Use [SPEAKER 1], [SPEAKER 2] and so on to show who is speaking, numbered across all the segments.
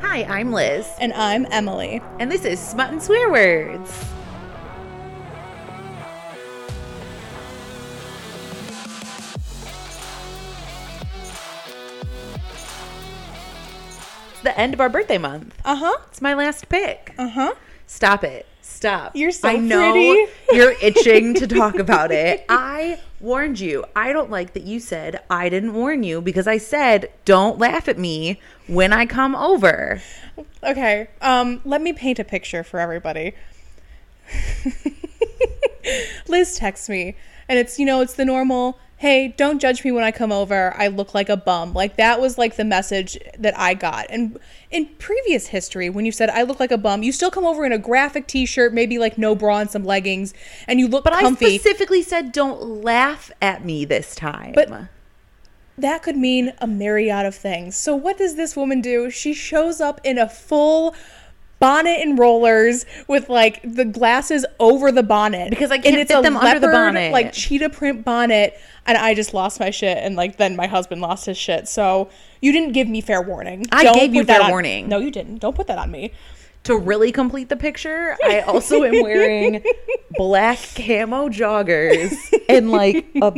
[SPEAKER 1] Hi, I'm Liz,
[SPEAKER 2] And I'm Emily.
[SPEAKER 1] and this is Smut and Swear Words. It's the end of our birthday month.
[SPEAKER 2] Uh huh.
[SPEAKER 1] It's my last pick.
[SPEAKER 2] Uh huh.
[SPEAKER 1] Stop it. Stop.
[SPEAKER 2] You're so
[SPEAKER 1] I know
[SPEAKER 2] pretty.
[SPEAKER 1] you're itching to talk about it. I warned you. I don't like that you said I didn't warn you because I said don't laugh at me when I come over.
[SPEAKER 2] Okay. Um, let me paint a picture for everybody. Liz texts me, and it's, you know, it's the normal, hey, don't judge me when I come over. I look like a bum. Like, that was like the message that I got. And in previous history, when you said, I look like a bum, you still come over in a graphic t shirt, maybe like no bra and some leggings, and you look
[SPEAKER 1] But
[SPEAKER 2] comfy.
[SPEAKER 1] I specifically said don't laugh at me this time.
[SPEAKER 2] But- that could mean a myriad of things. So what does this woman do? She shows up in a full bonnet and rollers with like the glasses over the bonnet
[SPEAKER 1] Because I can't
[SPEAKER 2] and it's
[SPEAKER 1] fit
[SPEAKER 2] a
[SPEAKER 1] them under the bonnet.
[SPEAKER 2] like cheetah print bonnet and I just lost my shit and like then my husband lost his shit so you didn't give me fair warning
[SPEAKER 1] I gave you
[SPEAKER 2] put that
[SPEAKER 1] fair
[SPEAKER 2] on-
[SPEAKER 1] warning.
[SPEAKER 2] no you didn't don't put that on me
[SPEAKER 1] to really complete the picture, I also am wearing black camo joggers and like a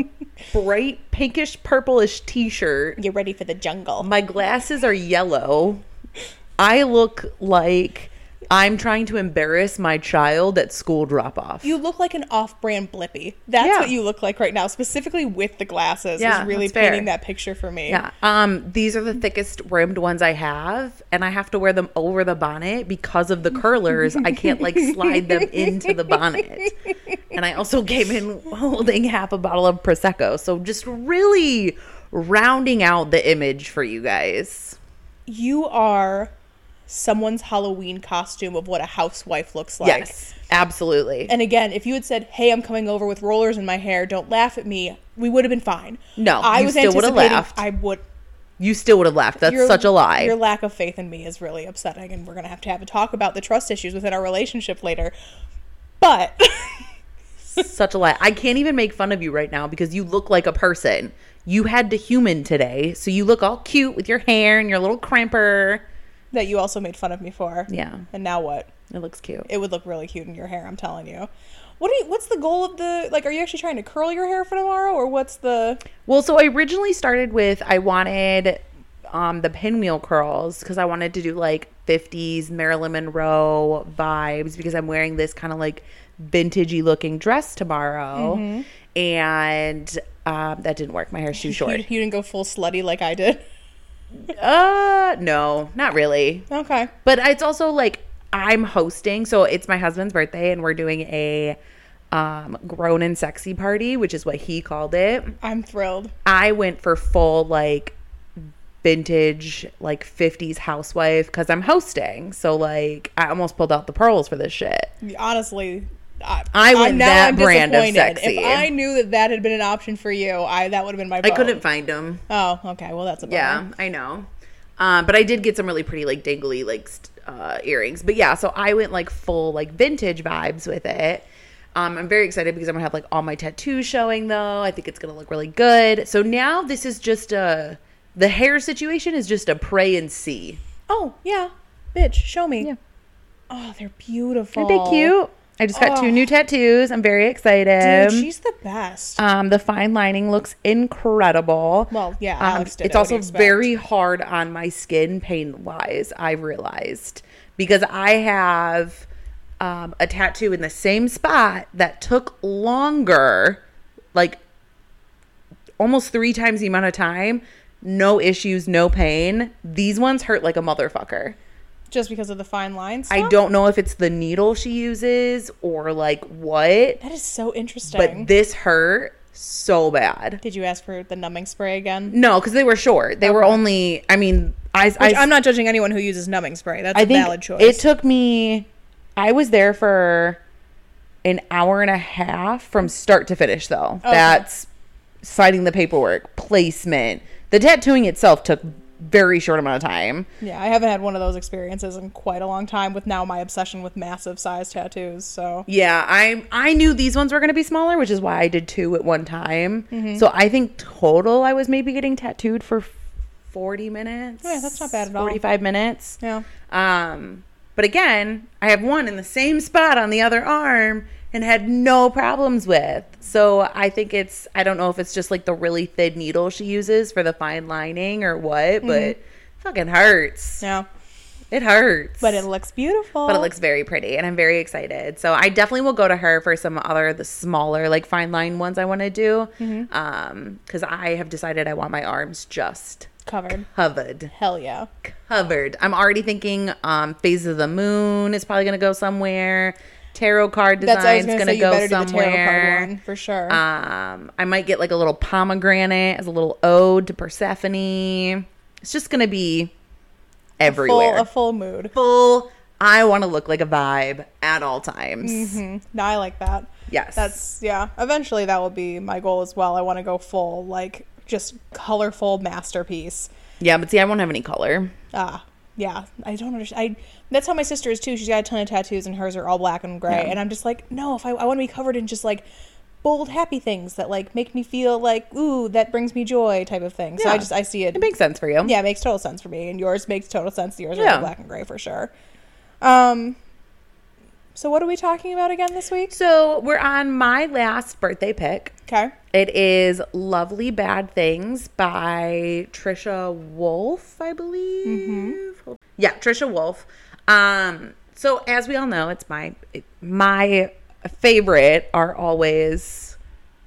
[SPEAKER 1] bright pinkish purplish t-shirt.
[SPEAKER 2] get ready for the jungle
[SPEAKER 1] My glasses are yellow. I look like I'm trying to embarrass my child at school drop off.
[SPEAKER 2] you look like an off-brand blippy that's
[SPEAKER 1] Yeah.
[SPEAKER 2] what you look like right now specifically with the glasses
[SPEAKER 1] Yeah,
[SPEAKER 2] is really
[SPEAKER 1] that's fair.
[SPEAKER 2] painting that picture for me
[SPEAKER 1] Yeah. Um, these are the thickest rimmed ones I have, and I have to wear them over the bonnet because of the curlers. I can't like slide them into the bonnet. And I also came in holding half a bottle of prosecco, so just really rounding out the image for you guys.
[SPEAKER 2] you are someone's Halloween costume of what a housewife looks like.
[SPEAKER 1] yes, absolutely.
[SPEAKER 2] And again, if you had said, "Hey, I'm coming over with rollers in my hair. Don't laugh at me," we would have been fine.
[SPEAKER 1] No, you still would have
[SPEAKER 2] anticipating-
[SPEAKER 1] laughed.
[SPEAKER 2] I would.
[SPEAKER 1] you still would have laughed. That's
[SPEAKER 2] your-
[SPEAKER 1] such a lie.
[SPEAKER 2] Your lack of faith in me is really upsetting, and we're gonna have to have a talk about the trust issues within our relationship later. But
[SPEAKER 1] such a lie. I can't even make fun of you right now because you look like a person. You had to human today, so you look all cute with your hair and your little crimper.
[SPEAKER 2] that you also made fun of me for.
[SPEAKER 1] Yeah,
[SPEAKER 2] And now what?
[SPEAKER 1] it looks cute.
[SPEAKER 2] It would look really cute in your hair. I'm telling you. What do you? What's the goal of the? Like, are you actually trying to curl your hair for tomorrow, or what's the?
[SPEAKER 1] Well, so I originally started with I wanted um the pinwheel curls because I wanted to do like 50s Marilyn Monroe vibes because I'm wearing this kind of like vintagey looking dress tomorrow. And um, that didn't work. My hair's too
[SPEAKER 2] You,
[SPEAKER 1] short.
[SPEAKER 2] you didn't go full slutty like I did.
[SPEAKER 1] Uh, no, not really.
[SPEAKER 2] Okay.
[SPEAKER 1] But it's also like I'm hosting, so it's my husband's birthday, and we're doing a um, grown and sexy party, which is what he called it.
[SPEAKER 2] I'm thrilled.
[SPEAKER 1] I went for full like vintage like 50s housewife because I'm hosting, so like I almost pulled out the pearls for this shit.
[SPEAKER 2] Honestly, I,
[SPEAKER 1] I went
[SPEAKER 2] I'm- now
[SPEAKER 1] that
[SPEAKER 2] I'm
[SPEAKER 1] brand of
[SPEAKER 2] disappointed.
[SPEAKER 1] sexy.
[SPEAKER 2] If I knew that that had been an option for you, I that would have been my.
[SPEAKER 1] I
[SPEAKER 2] vote.
[SPEAKER 1] couldn't find them.
[SPEAKER 2] Oh, okay. Well, that's a bummer.
[SPEAKER 1] Yeah, I know. Um, but I did get some really pretty, like dangly, like st- uh, earrings. But yeah, so I went like full, like vintage vibes with it. Um, I'm very excited because I'm gonna have like all my tattoos showing though. I think it's gonna look really good. So now this is just a the hair situation is just a pray and see.
[SPEAKER 2] Oh yeah, bitch, show me.
[SPEAKER 1] Yeah.
[SPEAKER 2] Oh, they're beautiful.
[SPEAKER 1] Aren't they cute? I just got
[SPEAKER 2] Oh.
[SPEAKER 1] two new tattoos. I'm very
[SPEAKER 2] Dude,
[SPEAKER 1] excited.
[SPEAKER 2] she's the best.
[SPEAKER 1] Um, the fine lining looks incredible.
[SPEAKER 2] Well, yeah,
[SPEAKER 1] Um,
[SPEAKER 2] Alex did it.
[SPEAKER 1] it's
[SPEAKER 2] What do
[SPEAKER 1] also
[SPEAKER 2] you expect?
[SPEAKER 1] very hard on my skin, pain wise. I realized because I have um, a tattoo in the same spot that took longer, like almost three times the amount of time. No issues, no pain. These ones hurt like a motherfucker.
[SPEAKER 2] Just because of the fine lines.
[SPEAKER 1] I don't know if it's the needle she uses or like what,
[SPEAKER 2] That is so interesting.
[SPEAKER 1] but this hurt so bad.
[SPEAKER 2] did you ask for the numbing spray again?
[SPEAKER 1] No, because they were short. They were
[SPEAKER 2] Okay.
[SPEAKER 1] only. I mean, I. I,
[SPEAKER 2] Which I'm not judging anyone who uses numbing spray. That's a
[SPEAKER 1] I think
[SPEAKER 2] valid choice.
[SPEAKER 1] it took me. I was there for an hour and a half from start to finish, though. That's signing the paperwork, placement. The tattooing itself took very short amount of time.
[SPEAKER 2] Yeah, I haven't had one of those experiences in quite a long time with now my obsession with massive size tattoos. So,
[SPEAKER 1] Yeah, I I knew these ones were going to be smaller, which is why
[SPEAKER 2] Mm-hmm.
[SPEAKER 1] I did two at one time. So I think total I was maybe getting tattooed for 40 minutes.
[SPEAKER 2] Oh, Yeah, that's not bad at all.
[SPEAKER 1] 45 minutes.
[SPEAKER 2] Yeah.
[SPEAKER 1] Um, but again, I have one in the same spot on the other arm and had no problems with. So I think it's I don't know if it's just like the really thin needle she uses for the fine lining or what, but it fucking hurts.
[SPEAKER 2] Mm-hmm. Yeah.
[SPEAKER 1] It hurts.
[SPEAKER 2] But it looks beautiful.
[SPEAKER 1] but it looks very pretty and I'm very excited. So I definitely will go to her for some other of the smaller like fine line ones I want to do.
[SPEAKER 2] Mm-hmm.
[SPEAKER 1] Um cuz I have decided I want my arms just
[SPEAKER 2] covered.
[SPEAKER 1] covered
[SPEAKER 2] Hell yeah.
[SPEAKER 1] covered. I'm already thinking um phase of the moon is probably gonna go somewhere. Tarot card
[SPEAKER 2] That's I was
[SPEAKER 1] design's
[SPEAKER 2] gonna,
[SPEAKER 1] gonna,
[SPEAKER 2] say. You
[SPEAKER 1] go
[SPEAKER 2] better do the tarot
[SPEAKER 1] somewhere.
[SPEAKER 2] card one for sure.
[SPEAKER 1] Um, I might get like a little pomegranate as a little ode to Persephone. It's just gonna be
[SPEAKER 2] full
[SPEAKER 1] everywhere.
[SPEAKER 2] a full mood.
[SPEAKER 1] Full- I want to look like a vibe at all times.
[SPEAKER 2] hmm No, I like that.
[SPEAKER 1] Yes,
[SPEAKER 2] That's yeah. Eventually, that will be my goal as well. I want to go full like just colorful masterpiece.
[SPEAKER 1] yeah. But see, I won't have any color.
[SPEAKER 2] Ah, yeah. I don't understand. I that's how my sister is too. She's got a ton of tattoos, and hers are all black and gray. And I'm just like, no. If I, I want to be covered in just like bold, happy things that like make me feel like ooh, that brings me joy, type of thing. So I
[SPEAKER 1] Yeah.
[SPEAKER 2] just I see it.
[SPEAKER 1] It makes sense for you.
[SPEAKER 2] yeah, it makes total sense for me. And yours makes total sense. Yours are
[SPEAKER 1] Yeah.
[SPEAKER 2] black and gray for sure. Um. So what are we talking about again this week?
[SPEAKER 1] So we're on my last birthday pick.
[SPEAKER 2] Okay.
[SPEAKER 1] It is Lovely Bad Things by Trisha Wolf, I believe.
[SPEAKER 2] Mm-hmm.
[SPEAKER 1] Yeah, Trisha Wolf. Um, so as we all know, it's my it- my favorite are always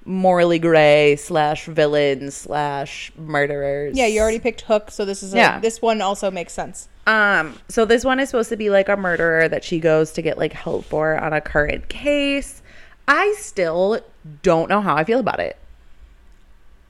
[SPEAKER 1] morally gray slash villains slash murderers.
[SPEAKER 2] Yeah, you already picked Hook, so this is a,
[SPEAKER 1] Yeah.
[SPEAKER 2] this one also makes sense.
[SPEAKER 1] Um, so this one is supposed to be like a murderer that she goes to get like help for on a current case. I still don't know how I feel about it.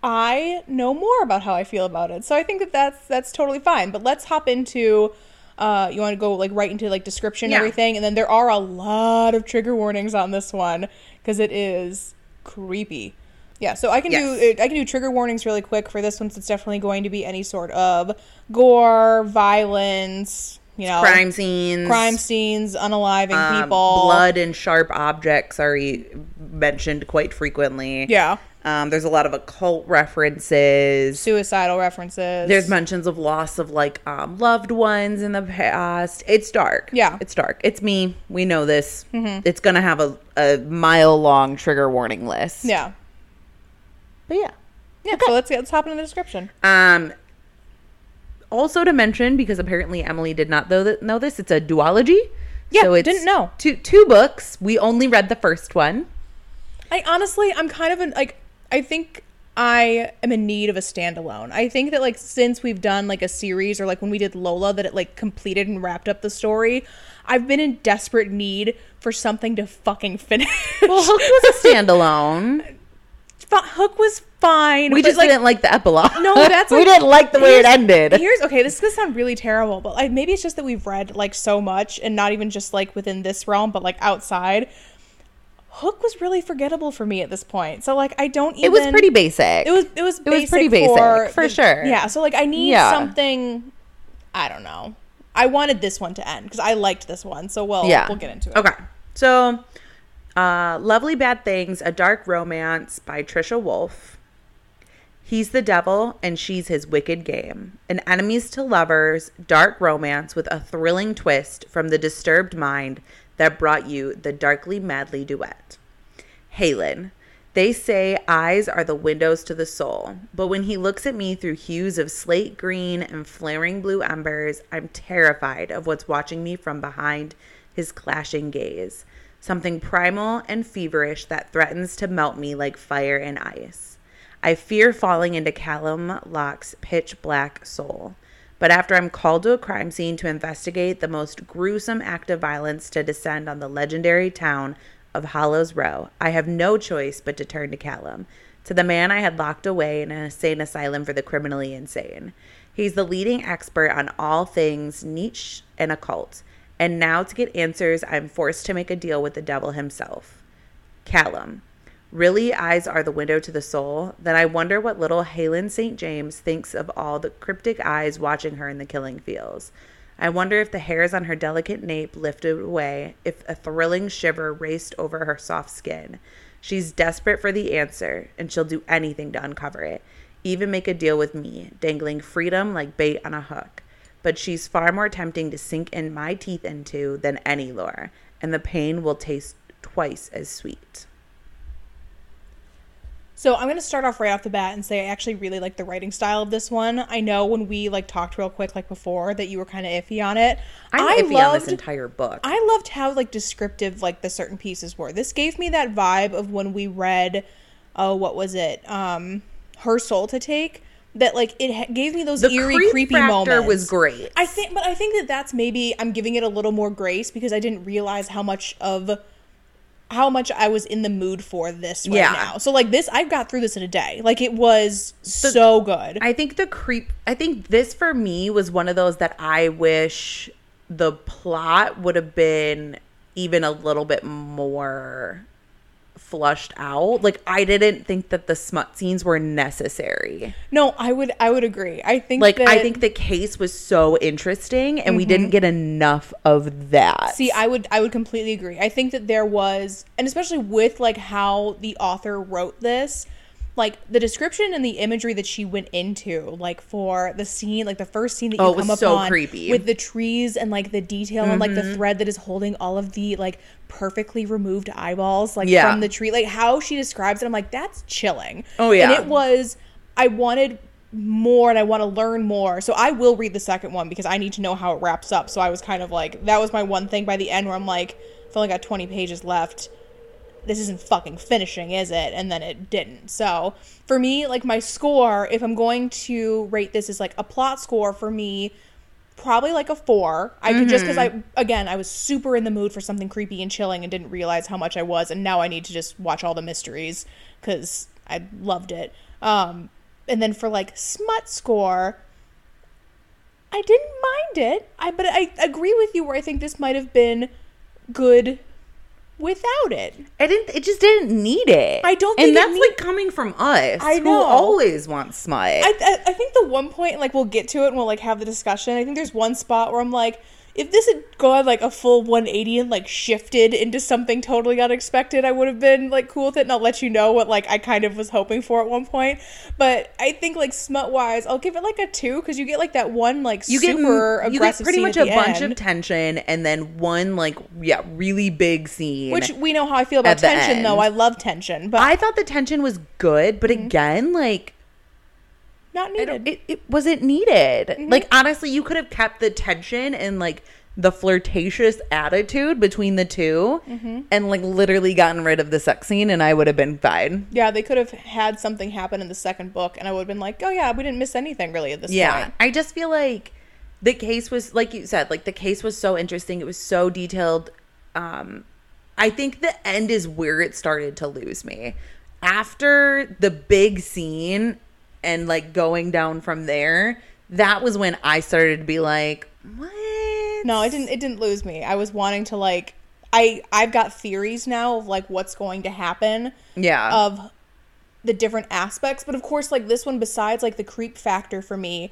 [SPEAKER 2] I know more about how I feel about it, so I think that that's that's totally fine. But let's hop into. Uh, you want to go like right into like description
[SPEAKER 1] Yeah.
[SPEAKER 2] and everything, and then there are a lot of trigger warnings on this one because it is creepy. Yeah, so I can
[SPEAKER 1] Yes.
[SPEAKER 2] do I can do trigger warnings really quick for this one. So it's definitely going to be any sort of gore, violence, you know,
[SPEAKER 1] Crime scenes.
[SPEAKER 2] crime scenes, unaliving
[SPEAKER 1] Um,
[SPEAKER 2] people,
[SPEAKER 1] Blood and sharp objects are e- mentioned quite frequently.
[SPEAKER 2] yeah,
[SPEAKER 1] Um, there's a lot of occult references.
[SPEAKER 2] suicidal references.
[SPEAKER 1] there's mentions of loss of like um, loved ones in the past. It's dark.
[SPEAKER 2] Yeah. Mm-hmm.
[SPEAKER 1] It's dark. It's me. We know this. It's going to have a, a mile long trigger warning list.
[SPEAKER 2] yeah.
[SPEAKER 1] But yeah.
[SPEAKER 2] Yeah, so let's let's hop into the description.
[SPEAKER 1] Um, also to mention, because apparently Emily did not know, th- know this, it's a duology.
[SPEAKER 2] Yeah, didn't know.
[SPEAKER 1] Two, two books. We only read the first one.
[SPEAKER 2] I honestly, I'm kind of an like, I think I am in need of a standalone. I think that like since we've done like a series or like when we did Lola, that it like completed and wrapped up the story. I've been in desperate need for something to fucking finish.
[SPEAKER 1] Well, Hook was a standalone.
[SPEAKER 2] Fu- Hook was fine.
[SPEAKER 1] We
[SPEAKER 2] but,
[SPEAKER 1] just didn't like the epilogue.
[SPEAKER 2] No, that's
[SPEAKER 1] we
[SPEAKER 2] like-
[SPEAKER 1] didn't like the way it
[SPEAKER 2] here's-
[SPEAKER 1] ended.
[SPEAKER 2] Here's okay. This is gonna sound really terrible, but like maybe it's just that we've read like so much, and not even just like within this realm, but like outside. Hook was really forgettable for me at this point, so like I don't even.
[SPEAKER 1] it was pretty basic.
[SPEAKER 2] It was it was
[SPEAKER 1] It was pretty basic, for sure.
[SPEAKER 2] Yeah, so like I need
[SPEAKER 1] Yeah.
[SPEAKER 2] something. I don't know. I wanted this one to end because I liked this one, so we'll
[SPEAKER 1] yeah.
[SPEAKER 2] we'll get into it.
[SPEAKER 1] Okay, so uh, lovely bad things, a dark romance by Trisha Wolf. He's the devil and she's his wicked game. An enemies to lovers, dark romance with a thrilling twist from the disturbed mind that brought you the darkly madly duet. Halen. They say eyes are the windows to the soul, but when he looks at me through hues of slate green and flaring blue embers, I'm terrified of what's watching me from behind his clashing gaze. Something primal and feverish that threatens to melt me like fire and ice. I fear falling into Callum Locke's pitch black soul. But after I'm called to a crime scene to investigate the most gruesome act of violence to descend on the legendary town of Hollows Row, I have no choice but to turn to Callum, to the man I had locked away in an insane asylum for the criminally insane. He's the leading expert on all things niche and occult, and now to get answers, I'm forced to make a deal with the devil himself. Callum. Really, eyes are the window to the soul. Then I wonder what little Halen St. James thinks of all the cryptic eyes watching her in the killing fields. I wonder if the hairs on her delicate nape lifted away, if a thrilling shiver raced over her soft skin. She's desperate for the answer, and she'll do anything to uncover it, even make a deal with me, dangling freedom like bait on a hook. But she's far more tempting to sink in my teeth into than any lure, and the pain will taste twice as sweet.
[SPEAKER 2] So I'm going to start off right off the bat and say I actually really like the writing style of this one. I know when we like talked real quick like before that you were kind of iffy on it.
[SPEAKER 1] I'm
[SPEAKER 2] I
[SPEAKER 1] iffy on this
[SPEAKER 2] loved-
[SPEAKER 1] entire book.
[SPEAKER 2] I loved how like descriptive like the certain pieces were. This gave me that vibe of when we read, oh, what was it? Um, her soul to take. That like it ha- gave me those
[SPEAKER 1] the
[SPEAKER 2] eerie,
[SPEAKER 1] creep
[SPEAKER 2] creepy
[SPEAKER 1] factor
[SPEAKER 2] moments.
[SPEAKER 1] was great.
[SPEAKER 2] I think, but I think that that's maybe I'm giving it a little more grace because I didn't realize how much of how much I was in the mood for this right
[SPEAKER 1] Yeah.
[SPEAKER 2] now. So like this, I got through this in a day. Like it was so good.
[SPEAKER 1] I think the creep. I think this for me was one of those that I wish the plot would have been even a little bit more flushed out. Like I didn't think that the smut scenes were necessary.
[SPEAKER 2] no, I would, I would agree. I think
[SPEAKER 1] Like I
[SPEAKER 2] that-
[SPEAKER 1] think the case was so interesting, and we didn't get enough of that.
[SPEAKER 2] Mm-hmm. See, I would I would completely agree. I think that there was and especially with like how the author wrote this, like the description and the imagery that she went into, like for the scene, like the first scene that you
[SPEAKER 1] Oh, it was
[SPEAKER 2] come
[SPEAKER 1] so
[SPEAKER 2] upon
[SPEAKER 1] creepy. Mm-hmm.
[SPEAKER 2] with the trees and like the detail and like the thread that is holding all of the like perfectly removed eyeballs like
[SPEAKER 1] Yeah.
[SPEAKER 2] from the tree. Like how she describes it, I'm like, that's chilling.
[SPEAKER 1] Oh,
[SPEAKER 2] And
[SPEAKER 1] yeah.
[SPEAKER 2] it was I wanted more and I want to learn more. So I will read the second one because I need to know how it wraps up. So I was kind of like that was my one thing by the end where I'm like, I've only got twenty pages left. This isn't fucking finishing, is it? And then it didn't. So for me, like my score, if I'm going to rate this as like a plot score for me, probably like a four. I could just because I again I was super in the mood for something creepy and chilling and didn't realize how much I was, and now I need to just watch all the mysteries because I loved it. Um, and then for like smut score, I didn't mind it. I but I agree with you where I think this might have been good without it.
[SPEAKER 1] I didn't. It just didn't need it.
[SPEAKER 2] I don't
[SPEAKER 1] And
[SPEAKER 2] think it
[SPEAKER 1] that's
[SPEAKER 2] need-
[SPEAKER 1] like coming from us.
[SPEAKER 2] I
[SPEAKER 1] who
[SPEAKER 2] know.
[SPEAKER 1] always wants smut.
[SPEAKER 2] I, I, I think the one point like we'll get to it and we'll like have the discussion. I think there's one spot where I'm like, if this had gone like a full 180 and like shifted into something totally unexpected, I would have been like cool with it. And I'll let you know what like I kind of was hoping for at one point. But I think like smut wise, I'll give it like a two because you get like that one like
[SPEAKER 1] you get
[SPEAKER 2] super
[SPEAKER 1] you get
[SPEAKER 2] aggressive
[SPEAKER 1] pretty
[SPEAKER 2] scene
[SPEAKER 1] much
[SPEAKER 2] at
[SPEAKER 1] a
[SPEAKER 2] the
[SPEAKER 1] bunch
[SPEAKER 2] end.
[SPEAKER 1] of tension and then one like yeah really big scene
[SPEAKER 2] which we know how I feel about
[SPEAKER 1] at the
[SPEAKER 2] tension though.
[SPEAKER 1] end.
[SPEAKER 2] I love tension, but
[SPEAKER 1] i thought the tension was good but
[SPEAKER 2] Mm-hmm.
[SPEAKER 1] again like
[SPEAKER 2] not
[SPEAKER 1] I
[SPEAKER 2] needed.
[SPEAKER 1] don't, it, it wasn't needed like honestly you could have kept the tension and like the flirtatious attitude between the 2 and like literally gotten rid of the sex scene and i would have been fine
[SPEAKER 2] yeah, they could have had something happen in the second book, and I would have been like, "Oh yeah, we didn't miss anything really at this
[SPEAKER 1] Yeah.
[SPEAKER 2] point."
[SPEAKER 1] I just feel like the case was like you said, like the case was so interesting. It was so detailed. Um I think the end is where it started to lose me. After the big scene and like going down from there, that was when I started to be like, What?
[SPEAKER 2] No, it didn't. It didn't lose me. I was wanting to like, I I've got theories now of like what's going to happen
[SPEAKER 1] Yeah.
[SPEAKER 2] of the different aspects, but of course, like this one, besides like the creep factor for me.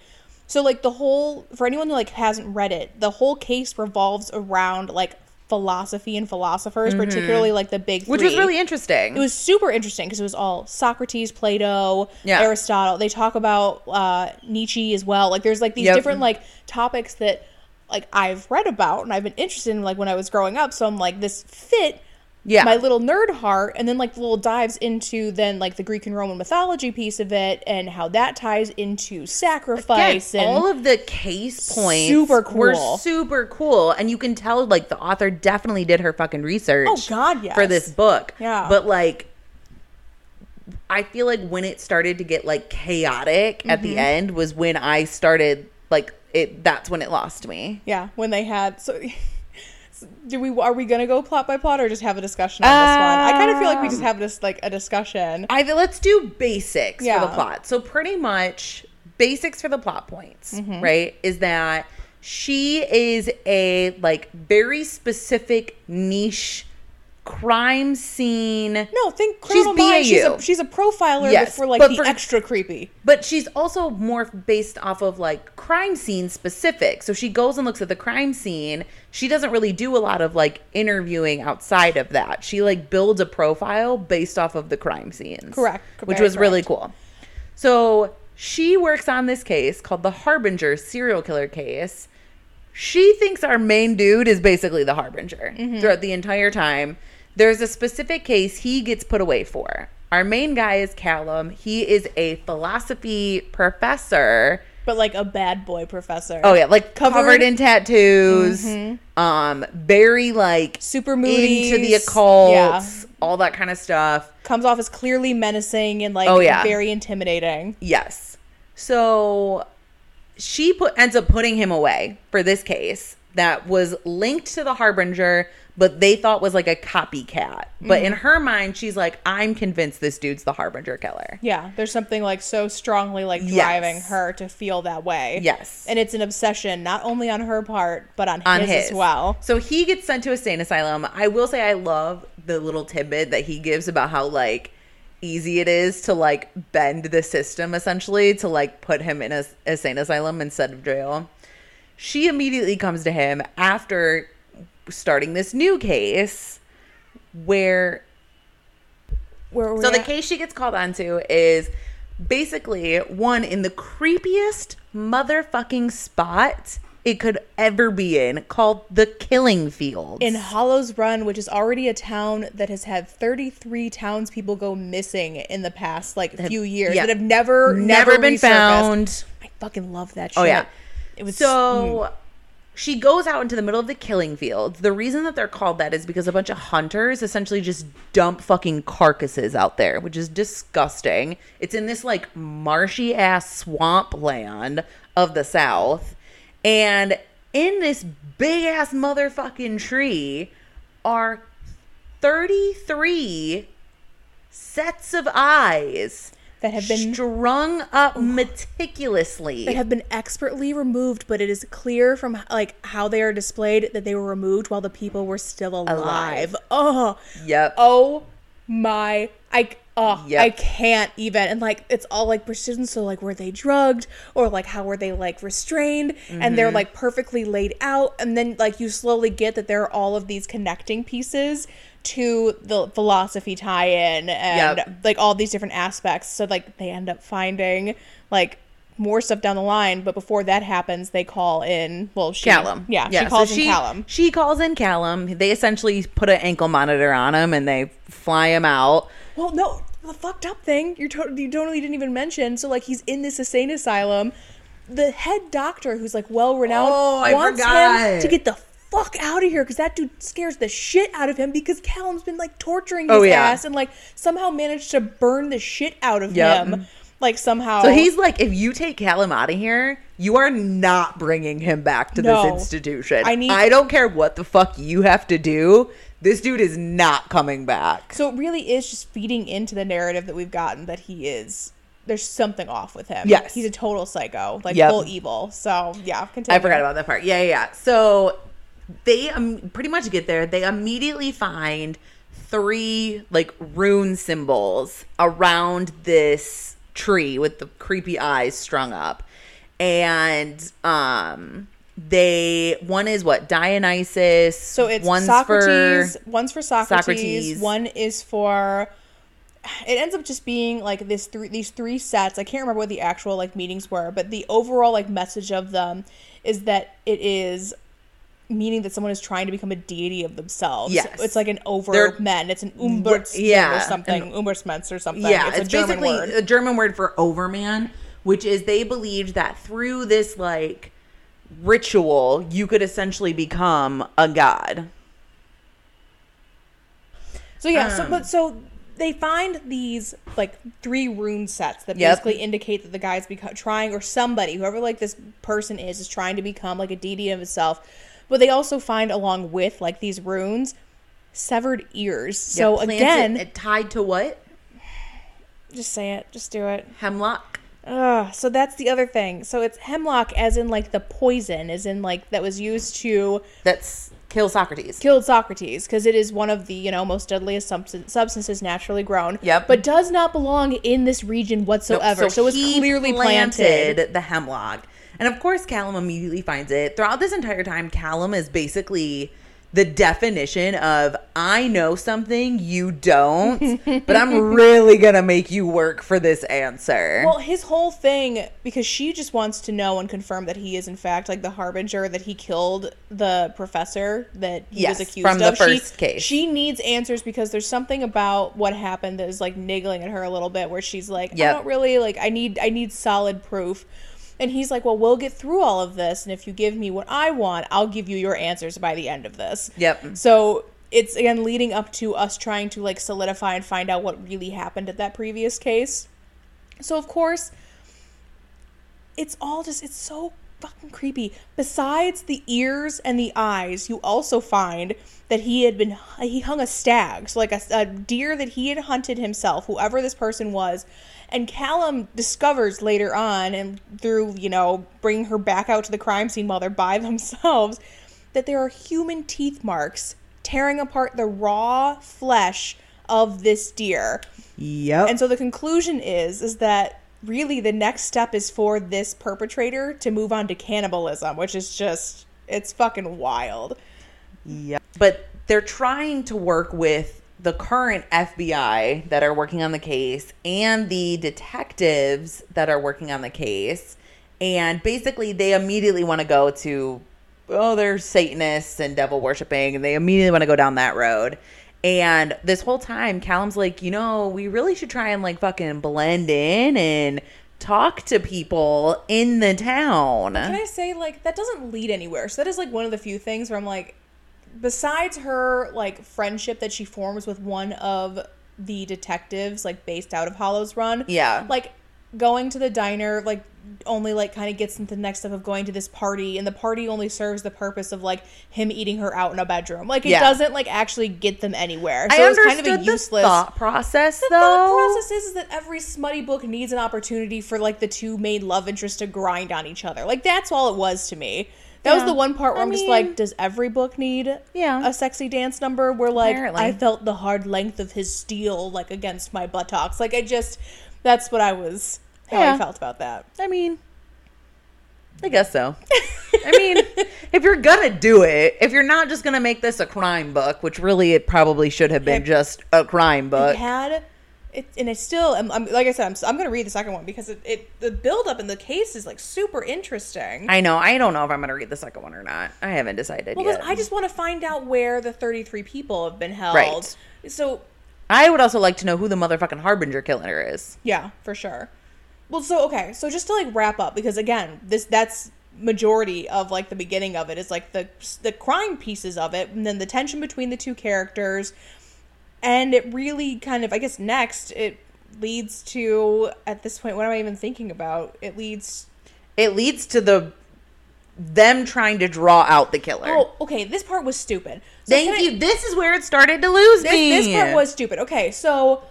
[SPEAKER 2] So like the whole for anyone who like hasn't read it, the whole case revolves around like philosophy and philosophers, particularly like the big
[SPEAKER 1] Mm-hmm. Which was
[SPEAKER 2] three.
[SPEAKER 1] really interesting.
[SPEAKER 2] It was super interesting because it was all Socrates, Plato,
[SPEAKER 1] Yeah.
[SPEAKER 2] Aristotle. They talk about uh, Nietzsche as well. Like there's like these
[SPEAKER 1] Yep.
[SPEAKER 2] different like topics that like I've read about and I've been interested in like when I was growing up. So I'm like this fit
[SPEAKER 1] Yeah.
[SPEAKER 2] my little nerd heart and then like the little dives into then like the Greek and Roman mythology piece of it and how that ties into sacrifice
[SPEAKER 1] Again,
[SPEAKER 2] and
[SPEAKER 1] all of the case points
[SPEAKER 2] Super
[SPEAKER 1] were
[SPEAKER 2] cool.
[SPEAKER 1] super cool and you can tell like the author definitely did her fucking research
[SPEAKER 2] Oh, God, yes.
[SPEAKER 1] for this book
[SPEAKER 2] Yeah.
[SPEAKER 1] but like i feel like when it started to get like chaotic at
[SPEAKER 2] Mm-hmm.
[SPEAKER 1] the end was when i started like it that's when it lost me
[SPEAKER 2] yeah, when they had so do we are we gonna go plot by plot or just have a discussion on this one? I kind of feel like we just
[SPEAKER 1] Um,
[SPEAKER 2] have this like a discussion.
[SPEAKER 1] I feel- let's do basics for
[SPEAKER 2] Yeah.
[SPEAKER 1] the plot. So pretty much basics for the plot points, right? Is that she is a like very specific niche crime scene,
[SPEAKER 2] No, think Criminal Minds. She's a,
[SPEAKER 1] BAU.
[SPEAKER 2] she's a profiler
[SPEAKER 1] Yes,
[SPEAKER 2] for like
[SPEAKER 1] but
[SPEAKER 2] the
[SPEAKER 1] for-
[SPEAKER 2] extra creepy.
[SPEAKER 1] but she's also more based off of like crime scene specific. So she goes and looks at the crime scene. She doesn't really do a lot of like interviewing outside of that. She like builds a profile based off of the crime scenes.
[SPEAKER 2] Correct.
[SPEAKER 1] Which
[SPEAKER 2] Very
[SPEAKER 1] was really cool. So She works on this case called the Harbinger serial killer case. She thinks our main dude is basically the Harbinger throughout the entire time. There's a specific case he gets put away for. Our main guy is Callum. He is a philosophy professor.
[SPEAKER 2] But like a bad boy professor.
[SPEAKER 1] Oh yeah, like covered,
[SPEAKER 2] Covered-
[SPEAKER 1] in tattoos. Um, very like
[SPEAKER 2] Super moody.
[SPEAKER 1] into the occult, all that kind of stuff.
[SPEAKER 2] Comes off as clearly menacing and like
[SPEAKER 1] Oh, yeah.
[SPEAKER 2] very intimidating.
[SPEAKER 1] Yes. So she put ends up putting him away for this case that was linked to the harbinger but they thought was like a copycat. But in her mind she's like I'm convinced this dude's the harbinger killer.
[SPEAKER 2] Yeah. There's something like so strongly like
[SPEAKER 1] Yes.
[SPEAKER 2] driving her to feel that way.
[SPEAKER 1] Yes.
[SPEAKER 2] And it's an obsession not only on her part, but on,
[SPEAKER 1] on
[SPEAKER 2] his,
[SPEAKER 1] his,
[SPEAKER 2] as well.
[SPEAKER 1] So he gets sent to a sane asylum. I will say I love the little tidbit that he gives about how like easy it is to like bend the system essentially to like put him in a, a sane asylum instead of jail. She immediately comes to him after starting this new case where
[SPEAKER 2] Where were
[SPEAKER 1] so
[SPEAKER 2] we
[SPEAKER 1] the
[SPEAKER 2] at?
[SPEAKER 1] case she gets called onto is basically one in the creepiest motherfucking spot it could ever be in, called the Killing Fields.
[SPEAKER 2] in Hollows Run, which is already a town that has had 33 townspeople go missing in the past like few years
[SPEAKER 1] yeah.
[SPEAKER 2] that have never,
[SPEAKER 1] never,
[SPEAKER 2] never,
[SPEAKER 1] been
[SPEAKER 2] resurfaced.
[SPEAKER 1] found.
[SPEAKER 2] I fucking love that shit.
[SPEAKER 1] Oh yeah.
[SPEAKER 2] It mm. was
[SPEAKER 1] so. She goes out into the middle of the killing fields. The reason that they're called that is because a bunch of hunters essentially just dump fucking carcasses out there, which is disgusting. It's in this like marshy ass swampland of the South. And in this big ass motherfucking tree are 33 sets of eyes
[SPEAKER 2] that have been
[SPEAKER 1] strung up meticulously.
[SPEAKER 2] that have been expertly removed, but it is clear from like how they are displayed that they were removed while the people were still alive.
[SPEAKER 1] Alive.
[SPEAKER 2] Oh,
[SPEAKER 1] Yep.
[SPEAKER 2] oh my! I oh
[SPEAKER 1] Yep.
[SPEAKER 2] I can't even. And like it's all like precision. So like were they drugged or like how were they like restrained? And
[SPEAKER 1] Mm-hmm.
[SPEAKER 2] they're like perfectly laid out. And then like you slowly get that there are all of these connecting pieces to the philosophy tie-in and
[SPEAKER 1] Yep.
[SPEAKER 2] like all these different aspects. So like they end up finding like more stuff down the line, but before that happens, they call in well she
[SPEAKER 1] Callum.
[SPEAKER 2] Yeah, she
[SPEAKER 1] so
[SPEAKER 2] calls in Callum.
[SPEAKER 1] She calls in Callum. They essentially put an ankle monitor on him and they fly him out.
[SPEAKER 2] Well, no, the fucked up thing you're to- you totally didn't even mention. So like he's in this insane asylum. The head doctor, who's like well renowned,
[SPEAKER 1] Oh, I
[SPEAKER 2] wants him
[SPEAKER 1] forgot.
[SPEAKER 2] to get the fuck out of here because that dude scares the shit out of him because Callum's been like torturing his
[SPEAKER 1] Oh, yeah.
[SPEAKER 2] ass and like somehow managed to burn the shit out of
[SPEAKER 1] Yep.
[SPEAKER 2] him. Like somehow.
[SPEAKER 1] So he's like, if you take Callum out of here, you are not bringing him back to
[SPEAKER 2] No.
[SPEAKER 1] this institution.
[SPEAKER 2] I need-
[SPEAKER 1] I don't care what the fuck you have to do. This dude is not coming back.
[SPEAKER 2] So it really is just feeding into the narrative that we've gotten that he is. There's something off with him.
[SPEAKER 1] Yes.
[SPEAKER 2] he's a total psycho, like
[SPEAKER 1] Yep.
[SPEAKER 2] full evil. So yeah, continue.
[SPEAKER 1] I forgot about that part. Yeah, yeah. yeah. So they um, pretty much get there. They immediately find three like rune symbols around this tree with the creepy eyes strung up. And um they one is what Dionysus.
[SPEAKER 2] So it's
[SPEAKER 1] one's
[SPEAKER 2] Socrates.
[SPEAKER 1] for
[SPEAKER 2] one's for Socrates,
[SPEAKER 1] Socrates.
[SPEAKER 2] One is for. It ends up just being like this three these three sets. I can't remember what the actual like meetings were, but the overall like message of them is that it is meaning that someone is trying to become a deity of themselves.
[SPEAKER 1] Yes.
[SPEAKER 2] It's like an over
[SPEAKER 1] They're-
[SPEAKER 2] men. It's an Umberts
[SPEAKER 1] yeah,
[SPEAKER 2] or something. Umbertsmens or something.
[SPEAKER 1] yeah,
[SPEAKER 2] It's,
[SPEAKER 1] it's,
[SPEAKER 2] a German
[SPEAKER 1] basically
[SPEAKER 2] word.
[SPEAKER 1] a German word for overman, which is they believed that through this like ritual you could essentially become a god.
[SPEAKER 2] So yeah,
[SPEAKER 1] Um.
[SPEAKER 2] so but so they find these like three rune sets that
[SPEAKER 1] Yep.
[SPEAKER 2] basically indicate that the guy's beco- trying or somebody, whoever like this person is, is trying to become like a deity of himself. But they also find along with like these runes severed ears. So
[SPEAKER 1] Yeah, planted-
[SPEAKER 2] again,
[SPEAKER 1] it tied to what?
[SPEAKER 2] just say it, just do it.
[SPEAKER 1] Hemlock.
[SPEAKER 2] Ugh, so that's the other thing. So it's hemlock, as in like the poison, as in like that was used to
[SPEAKER 1] That's kill Socrates.
[SPEAKER 2] killed Socrates because it is one of the you know most deadliest substan- substances naturally grown.
[SPEAKER 1] Yep.
[SPEAKER 2] But does not belong in this region whatsoever. so, it's
[SPEAKER 1] he
[SPEAKER 2] clearly planted.
[SPEAKER 1] the hemlock, and of course Callum immediately finds it. Throughout this entire time, Callum is basically the definition of I know something you don't, but I'm really going to make you work for this answer.
[SPEAKER 2] Well, his whole thing because she just wants to know and confirm that he is in fact like the harbinger that he killed the professor that he
[SPEAKER 1] Yes,
[SPEAKER 2] was accused
[SPEAKER 1] from the
[SPEAKER 2] of. She-
[SPEAKER 1] first case.
[SPEAKER 2] She needs answers because there's something about what happened that is like niggling at her a little bit where she's like,
[SPEAKER 1] Yep.
[SPEAKER 2] I don't really like I need I need solid proof. And he's like, Well, we'll get through all of this and if you give me what I want, I'll give you your answers by the end of this.
[SPEAKER 1] Yep.
[SPEAKER 2] So it's again leading up to us trying to like solidify and find out what really happened at that previous case. So of course, it's all just it's so fucking creepy. Besides the ears and the eyes, you also find that he had been he hung a stag, so like a, a deer that he had hunted himself, whoever this person was. And Callum discovers later on, and through you know bringing her back out to the crime scene while they're by themselves, that there are human teeth marks tearing apart the raw flesh of this deer.
[SPEAKER 1] yep.
[SPEAKER 2] And so the conclusion is is that really the next step is for this perpetrator to move on to cannibalism, which is just it's fucking wild.
[SPEAKER 1] Yeah. But they're trying to work with the current FBI that are working on the case and the detectives that are working on the case. And basically, they immediately want to go to, oh, they're Satanists and devil worshiping, and they immediately want to go down that road. And this whole time, Callum's like, you know, we really should try and like fucking blend in and talk to people in the town.
[SPEAKER 2] Can I say like that doesn't lead anywhere? So that is like one of the few things where I'm like besides her like friendship that she forms with one of the detectives like based out of Hollows Run.
[SPEAKER 1] Yeah.
[SPEAKER 2] Like going to the diner like only like kind of gets into the next step of going to this party and the party only serves the purpose of like him eating her out in a bedroom. Like it
[SPEAKER 1] Yeah.
[SPEAKER 2] doesn't like actually get them anywhere. So
[SPEAKER 1] I
[SPEAKER 2] it's kind
[SPEAKER 1] understood
[SPEAKER 2] of a
[SPEAKER 1] the
[SPEAKER 2] useless
[SPEAKER 1] thought process, though.
[SPEAKER 2] thought process is, is that every smutty book needs an opportunity for like the two main love interests to grind on each other. Like that's all it was to me. That was
[SPEAKER 1] Yeah.
[SPEAKER 2] the one part where
[SPEAKER 1] I
[SPEAKER 2] I am just
[SPEAKER 1] mean-
[SPEAKER 2] like, does every book need
[SPEAKER 1] Yeah.
[SPEAKER 2] a sexy dance number? Where like
[SPEAKER 1] Apparently.
[SPEAKER 2] I felt the hard length of his steel like against my buttocks. Like I just that's what I was how
[SPEAKER 1] Yeah.
[SPEAKER 2] I felt about that.
[SPEAKER 1] I mean, I guess so. I mean, if you're gonna do it, if you're not just gonna make this a crime book, which really it probably should have been
[SPEAKER 2] It-
[SPEAKER 1] just a crime book.
[SPEAKER 2] it had it, and I still am. I'm, like I said, I'm, I'm going to read the second one because it, it the buildup in the case is like super interesting.
[SPEAKER 1] I know. I don't know if I'm gonna read the second one or not. I haven't decided
[SPEAKER 2] Well,
[SPEAKER 1] yet.
[SPEAKER 2] because I just want to find out where the 33 people have been held.
[SPEAKER 1] Right.
[SPEAKER 2] So,
[SPEAKER 1] I would also like to know who the motherfucking harbinger killer is.
[SPEAKER 2] yeah, for sure. Well, so okay, so just to like wrap up because again, this that's majority of like the beginning of it is like the the crime pieces of it and then the tension between the two characters and it really kind of I guess next it leads to at this point what am I even thinking about? It leads
[SPEAKER 1] It leads to the them trying to draw out the killer.
[SPEAKER 2] Oh, okay, this part was stupid. So
[SPEAKER 1] Thank
[SPEAKER 2] can I-
[SPEAKER 1] you. this is where it started to lose me.
[SPEAKER 2] This, this part was stupid. Okay, so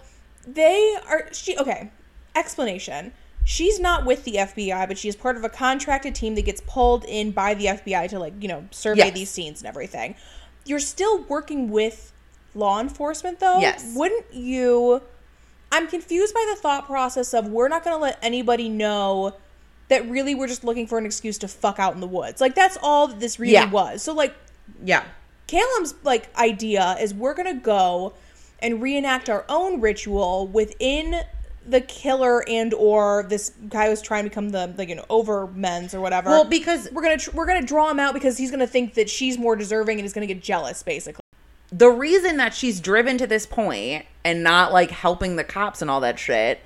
[SPEAKER 2] they are she okay. Explanation. She's not with the FBI, but she is part of a contracted team that gets pulled in by the FBI to like, you know, survey
[SPEAKER 1] Yes.
[SPEAKER 2] these scenes and everything. You're still working with law enforcement though.
[SPEAKER 1] Yes.
[SPEAKER 2] Wouldn't you I'm confused by the thought process of we're not going to let anybody know that really we're just looking for an excuse to fuck out in the woods. Like that's all that this really
[SPEAKER 1] Yeah.
[SPEAKER 2] was. So like
[SPEAKER 1] yeah.
[SPEAKER 2] Calum's like idea is we're gonna go and reenact our own ritual within the killer and or this guy who's trying to become the like you know overmen's or whatever.
[SPEAKER 1] Well, because
[SPEAKER 2] we're gonna tr- we're gonna draw him out because he's gonna think that she's more deserving and is gonna get jealous basically.
[SPEAKER 1] the reason that she's driven to this point and not like helping the cops and all that shit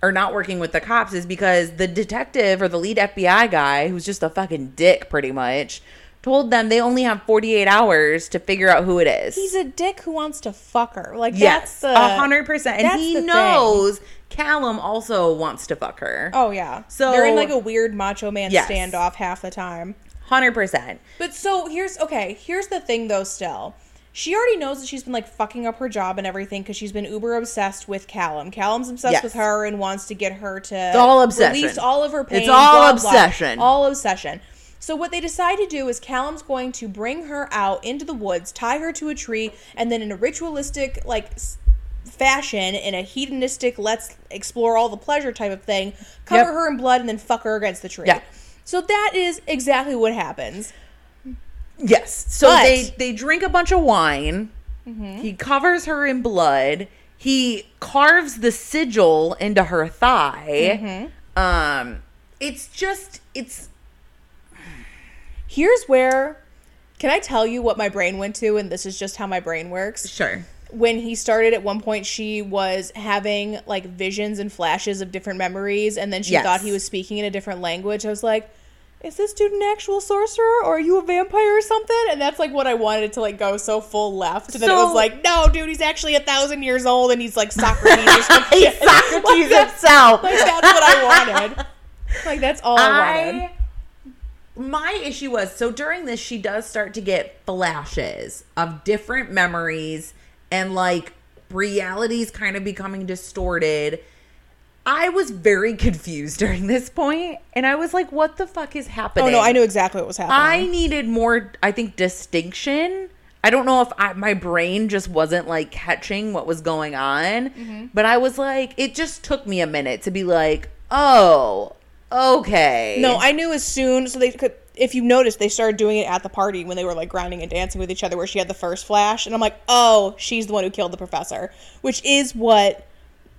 [SPEAKER 1] or not working with the cops is because the detective or the lead FBI guy who's just a fucking dick pretty much told them they only have 48 hours to figure out who it is.
[SPEAKER 2] He's a dick who wants to fuck her. Like
[SPEAKER 1] yes,
[SPEAKER 2] that's the
[SPEAKER 1] a 100%. And
[SPEAKER 2] that's
[SPEAKER 1] he
[SPEAKER 2] the thing.
[SPEAKER 1] knows Callum also wants to fuck her.
[SPEAKER 2] Oh yeah,
[SPEAKER 1] So-
[SPEAKER 2] they're in like a weird macho man
[SPEAKER 1] Yes.
[SPEAKER 2] standoff half the time.
[SPEAKER 1] 100%.
[SPEAKER 2] But so here's okay. Here's the thing, though. Still, she already knows that she's been like fucking up her job and everything because she's been uber obsessed with Callum. Callum's obsessed
[SPEAKER 1] Yes.
[SPEAKER 2] with her and wants to get her to
[SPEAKER 1] all obsession.
[SPEAKER 2] release all of her pain.
[SPEAKER 1] It's all
[SPEAKER 2] blah,
[SPEAKER 1] obsession.
[SPEAKER 2] Blah, all obsession. So what they decide to do is Callum's going to bring her out into the woods, tie her to a tree, and then in a ritualistic like s- fashion, in a hedonistic let's explore all the pleasure type of thing, cover
[SPEAKER 1] Yep.
[SPEAKER 2] her in blood and then fuck her against the tree.
[SPEAKER 1] Yeah.
[SPEAKER 2] So that is exactly what happens.
[SPEAKER 1] Yes. So
[SPEAKER 2] But-
[SPEAKER 1] they they drink a bunch of wine. He covers her in blood. He carves the sigil into her thigh. Um, it's just it's
[SPEAKER 2] Here's where can I tell you what my brain went to and this is just how my brain works.
[SPEAKER 1] sure.
[SPEAKER 2] When he started at one point she was having like visions and flashes of different memories and then she
[SPEAKER 1] Yes.
[SPEAKER 2] thought he was speaking in a different language. I was like, is this dude an actual sorcerer or are you a vampire or something? And that's like what I wanted it to like go so full left that it
[SPEAKER 1] So-
[SPEAKER 2] was like, no, dude, he's actually a thousand years old and he's like Socrates or something.
[SPEAKER 1] He's Socrates
[SPEAKER 2] like, that's,
[SPEAKER 1] himself.
[SPEAKER 2] like, that's what I wanted. Like that's all I wanted.
[SPEAKER 1] I my issue was so during this she does start to get flashes of different memories and like realities kind of becoming distorted. I was very confused during this point and I was like what the fuck is happening?
[SPEAKER 2] Oh no, I knew exactly what was happening.
[SPEAKER 1] I needed more I think distinction. I don't know if I, my brain just wasn't like catching what was going on,
[SPEAKER 2] Mm-hmm.
[SPEAKER 1] but I was like it just took me a minute to be like, "Oh, okay."
[SPEAKER 2] no, I knew as soon so they could if you noticed they started doing it at the party when they were like grinding and dancing with each other where she had the first flash and I'm like, "Oh, she's the one who killed the professor," which is what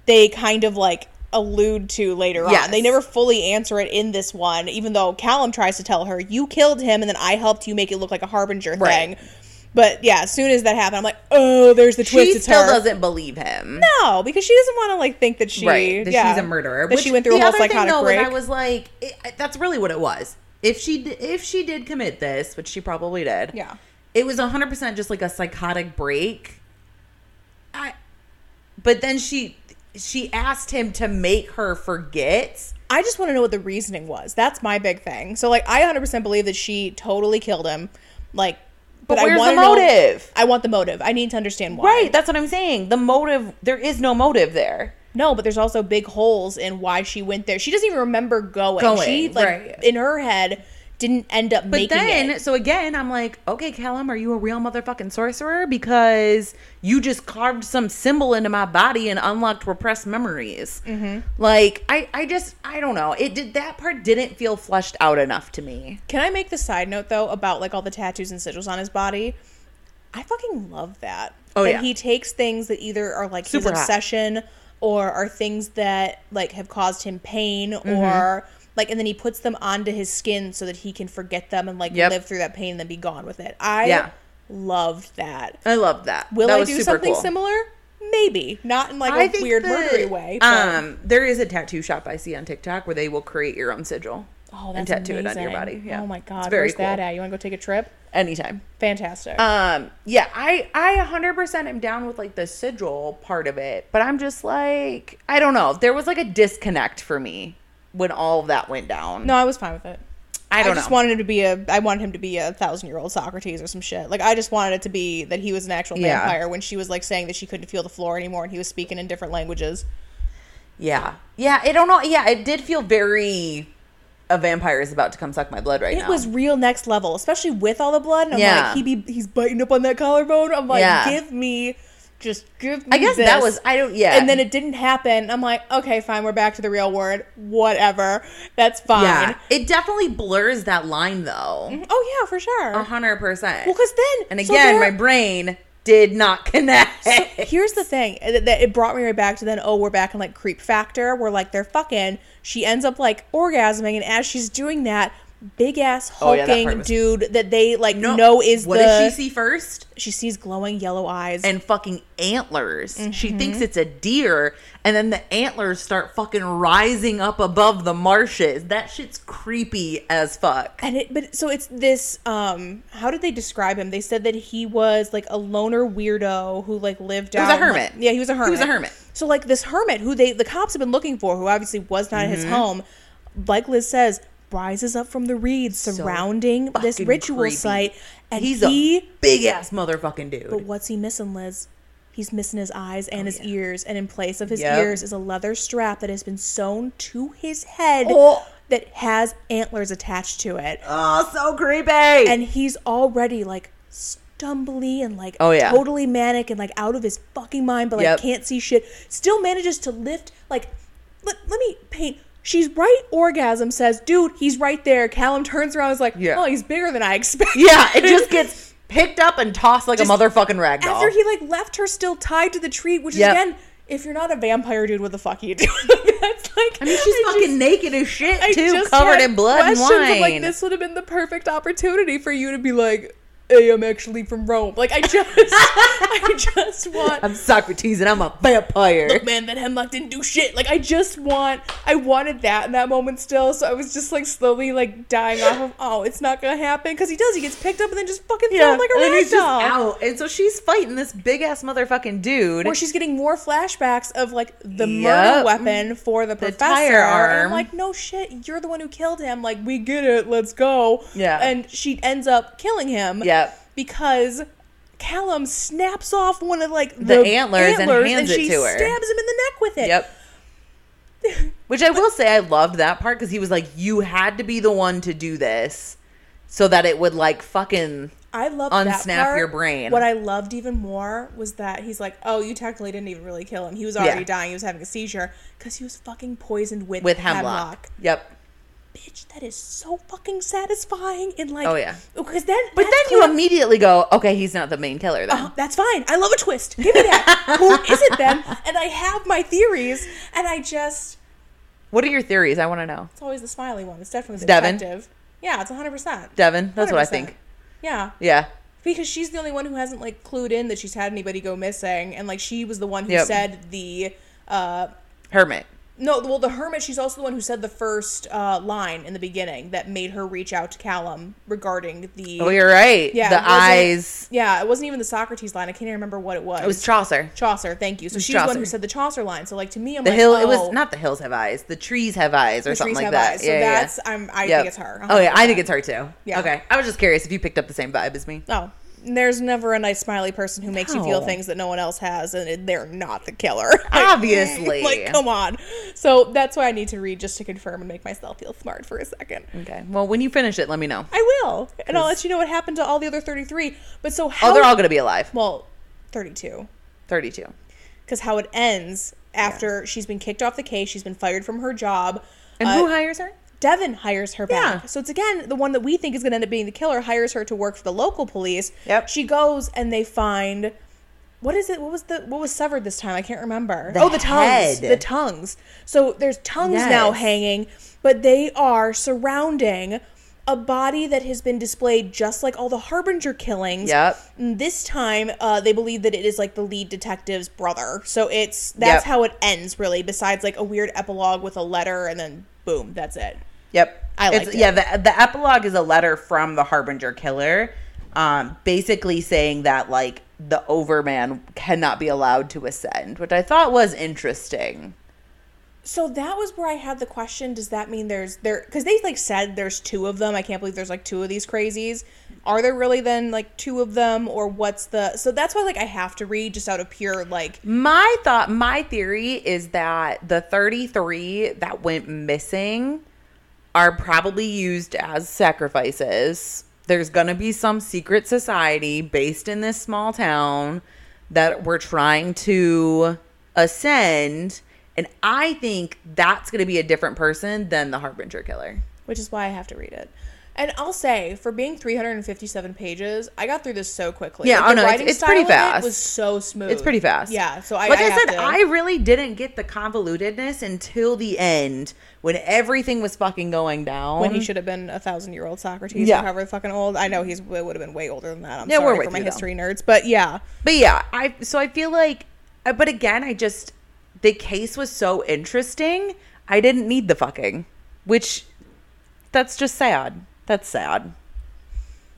[SPEAKER 2] they kind of like allude to later
[SPEAKER 1] Yes.
[SPEAKER 2] on. They never fully answer it in this one, even though Callum tries to tell her, "You killed him and then I helped you make it look like a harbinger
[SPEAKER 1] Right.
[SPEAKER 2] thing." But yeah, as soon as that happened, I'm like, "Oh, there's the twist."
[SPEAKER 1] she
[SPEAKER 2] it's
[SPEAKER 1] still
[SPEAKER 2] her.
[SPEAKER 1] doesn't believe him.
[SPEAKER 2] No, because she doesn't want to like think that she
[SPEAKER 1] right. That
[SPEAKER 2] yeah,
[SPEAKER 1] she's a murderer.
[SPEAKER 2] That
[SPEAKER 1] which
[SPEAKER 2] she went through a
[SPEAKER 1] the
[SPEAKER 2] whole
[SPEAKER 1] other thing,
[SPEAKER 2] psychotic
[SPEAKER 1] though, was
[SPEAKER 2] break.
[SPEAKER 1] I was like, it, that's really what it was. If she d- if she did commit this, which she probably did,
[SPEAKER 2] Yeah.
[SPEAKER 1] it was hundred percent just like a psychotic break. I, but then she she asked him to make her forget.
[SPEAKER 2] I just want to know what the reasoning was. That's my big thing. So like I 100% believe that she totally killed him. Like but,
[SPEAKER 1] But where's
[SPEAKER 2] I
[SPEAKER 1] the
[SPEAKER 2] want to know-
[SPEAKER 1] motive?
[SPEAKER 2] I want the motive. I need to understand why.
[SPEAKER 1] Right, that's what I'm saying. The motive, there is no motive there.
[SPEAKER 2] No, but there's also big holes in why she went there. She doesn't even remember going.
[SPEAKER 1] Going,
[SPEAKER 2] she like
[SPEAKER 1] right.
[SPEAKER 2] in her head didn't end up
[SPEAKER 1] But
[SPEAKER 2] making
[SPEAKER 1] then,
[SPEAKER 2] it.
[SPEAKER 1] so again, I'm like, okay, Callum, are you a real motherfucking sorcerer? Because you just carved some symbol into my body and unlocked repressed memories.
[SPEAKER 2] Mm-hmm.
[SPEAKER 1] Like, I, I just, I don't know. It did that part didn't feel fleshed out enough to me.
[SPEAKER 2] Can I make the side note though about like all the tattoos and sigils on his body? I fucking love that.
[SPEAKER 1] Oh,
[SPEAKER 2] that
[SPEAKER 1] yeah.
[SPEAKER 2] he takes things that either are like
[SPEAKER 1] Super
[SPEAKER 2] his
[SPEAKER 1] hot.
[SPEAKER 2] obsession or are things that like have caused him pain
[SPEAKER 1] Mm-hmm.
[SPEAKER 2] or like and then he puts them onto his skin so that he can forget them and like
[SPEAKER 1] Yep.
[SPEAKER 2] live through that pain and then be gone with it. I
[SPEAKER 1] Yeah.
[SPEAKER 2] loved that.
[SPEAKER 1] I love that.
[SPEAKER 2] Will
[SPEAKER 1] that
[SPEAKER 2] I
[SPEAKER 1] was
[SPEAKER 2] do
[SPEAKER 1] super
[SPEAKER 2] something
[SPEAKER 1] cool.
[SPEAKER 2] similar? Maybe. Not in like a
[SPEAKER 1] I think
[SPEAKER 2] weird
[SPEAKER 1] that,
[SPEAKER 2] murdery way. but-
[SPEAKER 1] Um, there is a tattoo shop I see on TikTok where they will create your own sigil
[SPEAKER 2] Oh,
[SPEAKER 1] and
[SPEAKER 2] that's
[SPEAKER 1] tattoo it
[SPEAKER 2] amazing.
[SPEAKER 1] on your body. Yeah.
[SPEAKER 2] Oh my god,
[SPEAKER 1] it's very
[SPEAKER 2] where's
[SPEAKER 1] cool.
[SPEAKER 2] that at? You want to go take a trip?
[SPEAKER 1] Anytime.
[SPEAKER 2] Fantastic.
[SPEAKER 1] Um, yeah, I I 100% am down with like the sigil part of it, but I'm just like I don't know. There was like a disconnect for me when all of that went down.
[SPEAKER 2] no, I was fine with it.
[SPEAKER 1] I don't
[SPEAKER 2] just
[SPEAKER 1] know.
[SPEAKER 2] wanted him to be a. I wanted him to be a thousand year old Socrates or some shit. Like I just wanted it to be that he was an actual
[SPEAKER 1] Yeah.
[SPEAKER 2] vampire when she was like saying that she couldn't feel the floor anymore and he was speaking in different languages.
[SPEAKER 1] yeah. Yeah, I don't know. Yeah, it did feel very a vampire is about to come suck my blood right now.
[SPEAKER 2] It was real next level, especially with all the blood. And I'm
[SPEAKER 1] Yeah.
[SPEAKER 2] like, he be he's biting up on that collarbone. I'm like,
[SPEAKER 1] Yeah.
[SPEAKER 2] give me, just give me.
[SPEAKER 1] I guess that
[SPEAKER 2] this."
[SPEAKER 1] was I don't yeah.
[SPEAKER 2] And then it didn't happen. I'm like, okay, fine, we're back to the real world. Whatever, that's fine.
[SPEAKER 1] yeah. It definitely blurs that line though.
[SPEAKER 2] Oh yeah, for sure.
[SPEAKER 1] A 100%.
[SPEAKER 2] Well, because then
[SPEAKER 1] Uh-huh. and
[SPEAKER 2] so
[SPEAKER 1] again,
[SPEAKER 2] there-
[SPEAKER 1] my brain did not connect.
[SPEAKER 2] Here's the thing uh, that it brought me right back to then. Oh, we're back in like creep factor. Where like they're fucking. She ends up like orgasming, and as she's doing that, big ass
[SPEAKER 1] Oh, yeah, that part
[SPEAKER 2] hulking
[SPEAKER 1] was-
[SPEAKER 2] dude that they like
[SPEAKER 1] No.
[SPEAKER 2] know is
[SPEAKER 1] what
[SPEAKER 2] the.
[SPEAKER 1] did she see first?
[SPEAKER 2] She sees glowing yellow eyes.
[SPEAKER 1] and fucking antlers. She thinks
[SPEAKER 2] Mm-hmm.
[SPEAKER 1] it's a deer, and then the antlers start fucking rising up above the marshes. That shit's creepy as fuck.
[SPEAKER 2] and it, but so it's this. Um, how did they describe him? They said that he was like a loner weirdo who like lived
[SPEAKER 1] was
[SPEAKER 2] out.
[SPEAKER 1] a
[SPEAKER 2] like-
[SPEAKER 1] hermit.
[SPEAKER 2] yeah, he was a hermit.
[SPEAKER 1] was a hermit.
[SPEAKER 2] So like this hermit who they the cops have been looking for, who obviously was not in his
[SPEAKER 1] Mm-hmm.
[SPEAKER 2] home, like Liz says, rises up from the reeds surrounding this
[SPEAKER 1] fucking
[SPEAKER 2] ritual
[SPEAKER 1] creepy.
[SPEAKER 2] site, and
[SPEAKER 1] He's
[SPEAKER 2] he. Oh.
[SPEAKER 1] a big ass motherfucking dude.
[SPEAKER 2] but what's he missing, Liz? He's missing his eyes and his ears, and in place of his
[SPEAKER 1] Oh, Yep.
[SPEAKER 2] ears is a leather strap that has been sewn to his head
[SPEAKER 1] Oh.
[SPEAKER 2] that has antlers attached to it
[SPEAKER 1] oh, so creepy.
[SPEAKER 2] and he's already like stumbly and like
[SPEAKER 1] Oh, yeah.
[SPEAKER 2] totally manic and like out of his fucking mind but like
[SPEAKER 1] Yep.
[SPEAKER 2] can't see shit still manages to lift like let, let me paint She's right. Orgasm says, "Dude, he's right there." Callum turns around. and is like,
[SPEAKER 1] Yeah.
[SPEAKER 2] "Oh, he's bigger than I expected."
[SPEAKER 1] Yeah, it just gets picked up and tossed like a motherfucking rag doll.
[SPEAKER 2] After he like left her still tied to the tree, which
[SPEAKER 1] Yep.
[SPEAKER 2] is again, if you're not a vampire dude, what the fuck are you doing? That's like
[SPEAKER 1] I mean, she's fucking naked as shit
[SPEAKER 2] I
[SPEAKER 1] too,
[SPEAKER 2] just
[SPEAKER 1] covered
[SPEAKER 2] had
[SPEAKER 1] in blood and
[SPEAKER 2] questions of,
[SPEAKER 1] wine.
[SPEAKER 2] Like this would have been the perfect opportunity for you to be like, "Hey, I'm actually from Rome." Like I just, I just want.
[SPEAKER 1] I'm Socrates and I'm a vampire.
[SPEAKER 2] Look, man, that hemlock didn't do shit. Like I just want, I wanted that in that moment still. So I was just like slowly like dying off of, oh, it's not gonna happen because he does. He gets picked up and then just fucking thrown like a
[SPEAKER 1] and
[SPEAKER 2] rag
[SPEAKER 1] he's just
[SPEAKER 2] doll.
[SPEAKER 1] out, and so she's fighting this big ass motherfucking dude.
[SPEAKER 2] Where she's getting more flashbacks of like the
[SPEAKER 1] Yep.
[SPEAKER 2] murder weapon for the professor. And
[SPEAKER 1] firearm.
[SPEAKER 2] I'm like, no shit, you're the one who killed him. Like, we get it, let's go.
[SPEAKER 1] Yeah.
[SPEAKER 2] And she ends up killing him.
[SPEAKER 1] Yep.
[SPEAKER 2] Because Callum snaps off one of like the,
[SPEAKER 1] antlers and hands it
[SPEAKER 2] she
[SPEAKER 1] to her.
[SPEAKER 2] stabs him in the neck with it.
[SPEAKER 1] Yep. Which I will say, I loved that part because he was like, "You had to be the one to do this, so that it would like fucking."
[SPEAKER 2] I love
[SPEAKER 1] Unsnap
[SPEAKER 2] that part.
[SPEAKER 1] your brain.
[SPEAKER 2] What I loved even more was that he's like, "Oh, you technically didn't even really kill him. He was already
[SPEAKER 1] Yeah.
[SPEAKER 2] dying. He was having a seizure because he was fucking poisoned with,
[SPEAKER 1] with hemlock.
[SPEAKER 2] hemlock.
[SPEAKER 1] Yep.
[SPEAKER 2] bitch, that is so fucking satisfying and like
[SPEAKER 1] Oh, yeah.
[SPEAKER 2] because then
[SPEAKER 1] But then you immediately go, okay, he's not the main killer then.
[SPEAKER 2] that's fine. I love a twist. Give me that. Who is it then? And I have my theories, and I just
[SPEAKER 1] What are your theories? I want to know.
[SPEAKER 2] it's always the smiley one. It's definitely the
[SPEAKER 1] Devin?
[SPEAKER 2] detective. Yeah, it's hundred percent.
[SPEAKER 1] Devin, that's what I think.
[SPEAKER 2] Yeah,
[SPEAKER 1] Yeah.
[SPEAKER 2] because she's the only one who hasn't like clued in that she's had anybody go missing, and like she was the one who
[SPEAKER 1] Yep.
[SPEAKER 2] said the. uh
[SPEAKER 1] Hermit.
[SPEAKER 2] no, well, the hermit. She's also the one who said the first uh, line in the beginning that made her reach out to Callum regarding the.
[SPEAKER 1] Oh, you're right.
[SPEAKER 2] Yeah,
[SPEAKER 1] the
[SPEAKER 2] it wasn't-
[SPEAKER 1] eyes.
[SPEAKER 2] Yeah, it wasn't even the Socrates line. I can't even remember what it was.
[SPEAKER 1] It was Chaucer.
[SPEAKER 2] Chaucer. Thank you. So she's the one who
[SPEAKER 1] Chaucer.
[SPEAKER 2] said the Chaucer line. So like to me, I'm
[SPEAKER 1] The
[SPEAKER 2] like,
[SPEAKER 1] hill.
[SPEAKER 2] Oh,
[SPEAKER 1] It was not the hills have eyes. The trees have eyes, or
[SPEAKER 2] the
[SPEAKER 1] something
[SPEAKER 2] trees
[SPEAKER 1] like
[SPEAKER 2] have
[SPEAKER 1] that.
[SPEAKER 2] eyes. So
[SPEAKER 1] yeah, yeah,
[SPEAKER 2] that's I'm. I
[SPEAKER 1] yeah.
[SPEAKER 2] think it's her.
[SPEAKER 1] Oh yeah, I think
[SPEAKER 2] 100%.
[SPEAKER 1] it's her too.
[SPEAKER 2] Yeah.
[SPEAKER 1] Okay. I was just curious if you picked up the same vibe as me.
[SPEAKER 2] Oh, there's never a nice smiley person who makes you feel
[SPEAKER 1] No.
[SPEAKER 2] things that no one else has, and it- they're not the killer.
[SPEAKER 1] Obviously.
[SPEAKER 2] like come on. So that's why I need to read just to confirm and make myself feel smart for a second.
[SPEAKER 1] Okay. Well, when you finish it, let me know.
[SPEAKER 2] I will, and I'll let you know what happened to all the other 33. But so how?
[SPEAKER 1] Oh, they're all gonna be alive.
[SPEAKER 2] well, 32.
[SPEAKER 1] Thirty-two.
[SPEAKER 2] because how it ends after she's been kicked off the case, she's been fired from her job.
[SPEAKER 1] And
[SPEAKER 2] uh,
[SPEAKER 1] who hires her?
[SPEAKER 2] Devin hires her back.
[SPEAKER 1] Yeah.
[SPEAKER 2] So it's again the one that we think is going to end up being the killer hires her to work for the local police.
[SPEAKER 1] Yep.
[SPEAKER 2] She goes and they find what is it? What was the what was severed this time? I can't remember.
[SPEAKER 1] The
[SPEAKER 2] oh, the
[SPEAKER 1] head.
[SPEAKER 2] tongues. The tongues. So there's tongues now
[SPEAKER 1] Yes.
[SPEAKER 2] hanging, but they are surrounding a body that has been displayed just like all the harbinger killings.
[SPEAKER 1] Yep.
[SPEAKER 2] And This time, uh, they believe that it is like the lead detective's brother. So it's that's
[SPEAKER 1] Yep.
[SPEAKER 2] how it ends, really. Besides like a weird epilogue with a letter, and then boom, that's it.
[SPEAKER 1] Yep.
[SPEAKER 2] I liked
[SPEAKER 1] it's,
[SPEAKER 2] it.
[SPEAKER 1] Yeah, the, the epilogue is a letter from the Harbinger killer, um, basically saying that, like, the Overman cannot be allowed to ascend, which I thought was interesting.
[SPEAKER 2] So that was where I had the question: Does that mean there's there? Because they like said there's two of them. I can't believe there's like two of these crazies. Are there really then like two of them, or what's the? So that's why like I have to read just out of pure like
[SPEAKER 1] My thought, my theory is that the 33 that went missing are probably used as sacrifices. There's going to be some secret society based in this small town that we're trying to ascend. And I think that's going to be a different person than the Harbinger killer.
[SPEAKER 2] which is why I have to read it. And I'll say, for being 357 pages, I got through this so quickly.
[SPEAKER 1] Yeah,
[SPEAKER 2] Like,
[SPEAKER 1] oh,
[SPEAKER 2] the
[SPEAKER 1] no, it's-
[SPEAKER 2] writing
[SPEAKER 1] it's
[SPEAKER 2] style
[SPEAKER 1] pretty
[SPEAKER 2] of it
[SPEAKER 1] fast.
[SPEAKER 2] was so smooth.
[SPEAKER 1] It's pretty fast.
[SPEAKER 2] Yeah, so I
[SPEAKER 1] like
[SPEAKER 2] I,
[SPEAKER 1] I,
[SPEAKER 2] have
[SPEAKER 1] said,
[SPEAKER 2] to-
[SPEAKER 1] I really didn't get the convolutedness until the end when everything was fucking going down.
[SPEAKER 2] when he should have been a thousand year old Socrates,
[SPEAKER 1] Yeah.
[SPEAKER 2] or however fucking old. I know he's would have been way older than that. I'm
[SPEAKER 1] Yeah, we're
[SPEAKER 2] sorry
[SPEAKER 1] with
[SPEAKER 2] for my
[SPEAKER 1] you, though.
[SPEAKER 2] history nerds, but yeah,
[SPEAKER 1] But yeah, I so I feel like, uh, but again, I just the case was so interesting. I didn't need the fucking, which that's just sad. That's sad.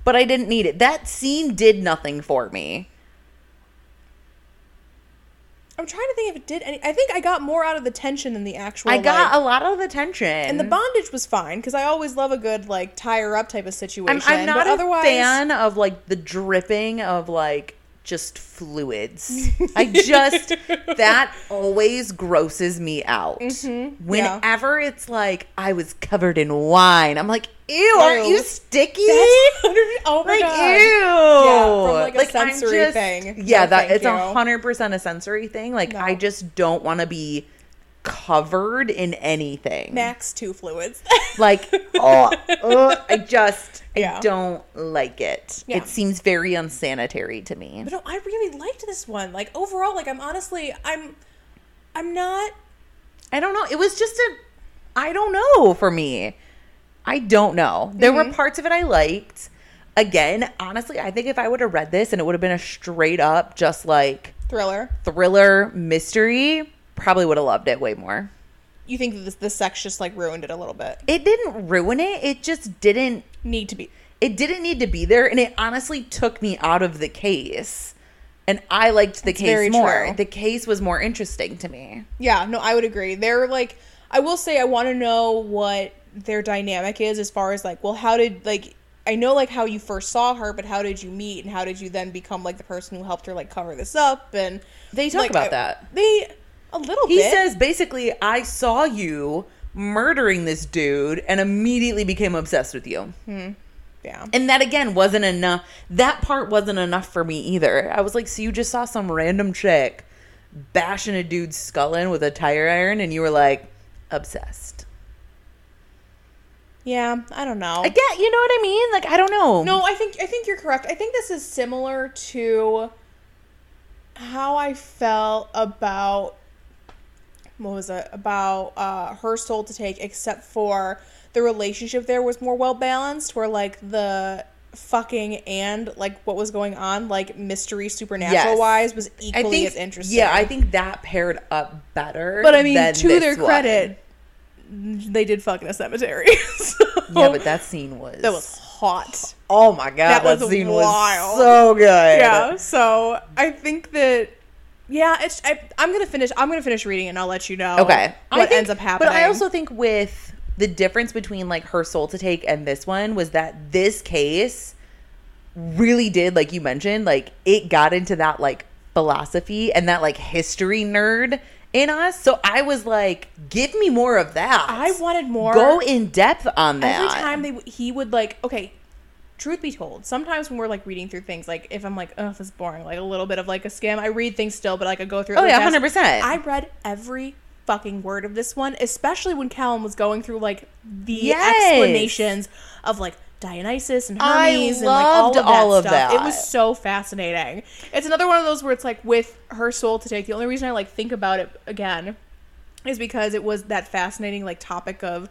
[SPEAKER 1] But I didn't need it. That scene did nothing for me.
[SPEAKER 2] I'm trying to think if it did any. I think I got more out of the tension than the actual.
[SPEAKER 1] I got
[SPEAKER 2] like-
[SPEAKER 1] a lot of the tension.
[SPEAKER 2] and the bondage was fine because I always love a good like tie her up type of
[SPEAKER 1] I'm,
[SPEAKER 2] situation.
[SPEAKER 1] I'm not
[SPEAKER 2] but
[SPEAKER 1] a
[SPEAKER 2] otherwise,
[SPEAKER 1] fan of like the dripping of like just fluids. I just that always grosses me out.
[SPEAKER 2] Mm-hmm. yeah.
[SPEAKER 1] Whenever it's like I was covered in wine, I'm like, ew, aren't
[SPEAKER 2] Ew.
[SPEAKER 1] you sticky?
[SPEAKER 2] That's- oh my
[SPEAKER 1] like
[SPEAKER 2] god.
[SPEAKER 1] ew,
[SPEAKER 2] Yeah, from, like, a
[SPEAKER 1] I'm
[SPEAKER 2] sensory thing.
[SPEAKER 1] Yeah, that
[SPEAKER 2] No, thank
[SPEAKER 1] it's
[SPEAKER 2] you.
[SPEAKER 1] a hundred percent a sensory thing. Like
[SPEAKER 2] No.
[SPEAKER 1] I just don't want to be covered in anything.
[SPEAKER 2] Max two fluids.
[SPEAKER 1] Like, oh, ugh, I just, I
[SPEAKER 2] Yeah.
[SPEAKER 1] don't like it.
[SPEAKER 2] Yeah.
[SPEAKER 1] It seems very unsanitary to me.
[SPEAKER 2] But no, I really liked this one. Like overall, like I'm honestly, I'm, I'm not.
[SPEAKER 1] I don't know. It was just a, I don't know for me. I don't know. There
[SPEAKER 2] Mm-hmm.
[SPEAKER 1] were parts of it I liked. Again, honestly, I think if I would have read this and it would have been a straight up, just like
[SPEAKER 2] Thriller.
[SPEAKER 1] thriller mystery, probably would have loved it way more.
[SPEAKER 2] You think that this, this sex just like ruined it a little bit?
[SPEAKER 1] It didn't ruin it. It just didn't
[SPEAKER 2] Need to be.
[SPEAKER 1] it didn't need to be there and it honestly took me out of the case and i liked the
[SPEAKER 2] very
[SPEAKER 1] case more
[SPEAKER 2] true.
[SPEAKER 1] the case was more interesting to me
[SPEAKER 2] Yeah, no, I would agree. They're like, I will say, I want to know what their dynamic is as far as like, well, how did like, I know like how you first saw her, but how did you meet and how did you then become like the person who helped her like cover this up and
[SPEAKER 1] They talk
[SPEAKER 2] like,
[SPEAKER 1] about
[SPEAKER 2] I-
[SPEAKER 1] that.
[SPEAKER 2] They a little
[SPEAKER 1] he
[SPEAKER 2] bit.
[SPEAKER 1] says basically i saw you murdering this dude and immediately became obsessed with you
[SPEAKER 2] yeah,
[SPEAKER 1] and that again wasn't enough that part wasn't enough for me either i was like so you just saw some random chick bashing a dude's skull in with a tire iron and you were like obsessed
[SPEAKER 2] yeah. I don't know.
[SPEAKER 1] again you know what i mean like i don't know
[SPEAKER 2] No, I think I think you're correct. I think this is similar to how I felt about what was it about uh, her soul to take, except for the relationship there was more well balanced, where like the fucking and like what was going on, like mystery supernatural
[SPEAKER 1] Yes.
[SPEAKER 2] wise, was
[SPEAKER 1] I
[SPEAKER 2] equally
[SPEAKER 1] think
[SPEAKER 2] as interesting.
[SPEAKER 1] Yeah, I think that paired up better.
[SPEAKER 2] but I mean,
[SPEAKER 1] than
[SPEAKER 2] to
[SPEAKER 1] this
[SPEAKER 2] their
[SPEAKER 1] one.
[SPEAKER 2] credit, they did fuck in a cemetery. so,
[SPEAKER 1] Yeah, but oh, that scene was
[SPEAKER 2] that was hot.
[SPEAKER 1] oh my god,
[SPEAKER 2] that
[SPEAKER 1] that,
[SPEAKER 2] was
[SPEAKER 1] scene
[SPEAKER 2] wild.
[SPEAKER 1] was so good.
[SPEAKER 2] yeah so i think that yeah it's I, i'm gonna finish i'm gonna finish reading it and i'll let you know
[SPEAKER 1] Oh, Okay. I
[SPEAKER 2] what
[SPEAKER 1] think-
[SPEAKER 2] ends up happening
[SPEAKER 1] But I also think with the difference between like her soul to take and this one was that this case really did, like you mentioned, like it got into that like philosophy and that like history nerd in us. So I was like, give me more of that.
[SPEAKER 2] i wanted more
[SPEAKER 1] go in depth on that.
[SPEAKER 2] every time they w- he would like okay truth be told sometimes when we're like reading through things like if i'm like oh this is boring like a little bit of like a scam i read things still but like i go through it
[SPEAKER 1] Oh,
[SPEAKER 2] really
[SPEAKER 1] yeah,
[SPEAKER 2] fast.
[SPEAKER 1] 100%.
[SPEAKER 2] i read every fucking word of this one especially when callum was going through like the
[SPEAKER 1] Yes.
[SPEAKER 2] explanations of like Dionysus and
[SPEAKER 1] I
[SPEAKER 2] Hermes and like all of,
[SPEAKER 1] loved
[SPEAKER 2] that,
[SPEAKER 1] all of
[SPEAKER 2] stuff.
[SPEAKER 1] that.
[SPEAKER 2] It was so fascinating. It's another one of those where it's like with her soul to take. The only reason I like think about it again is because it was that fascinating like topic of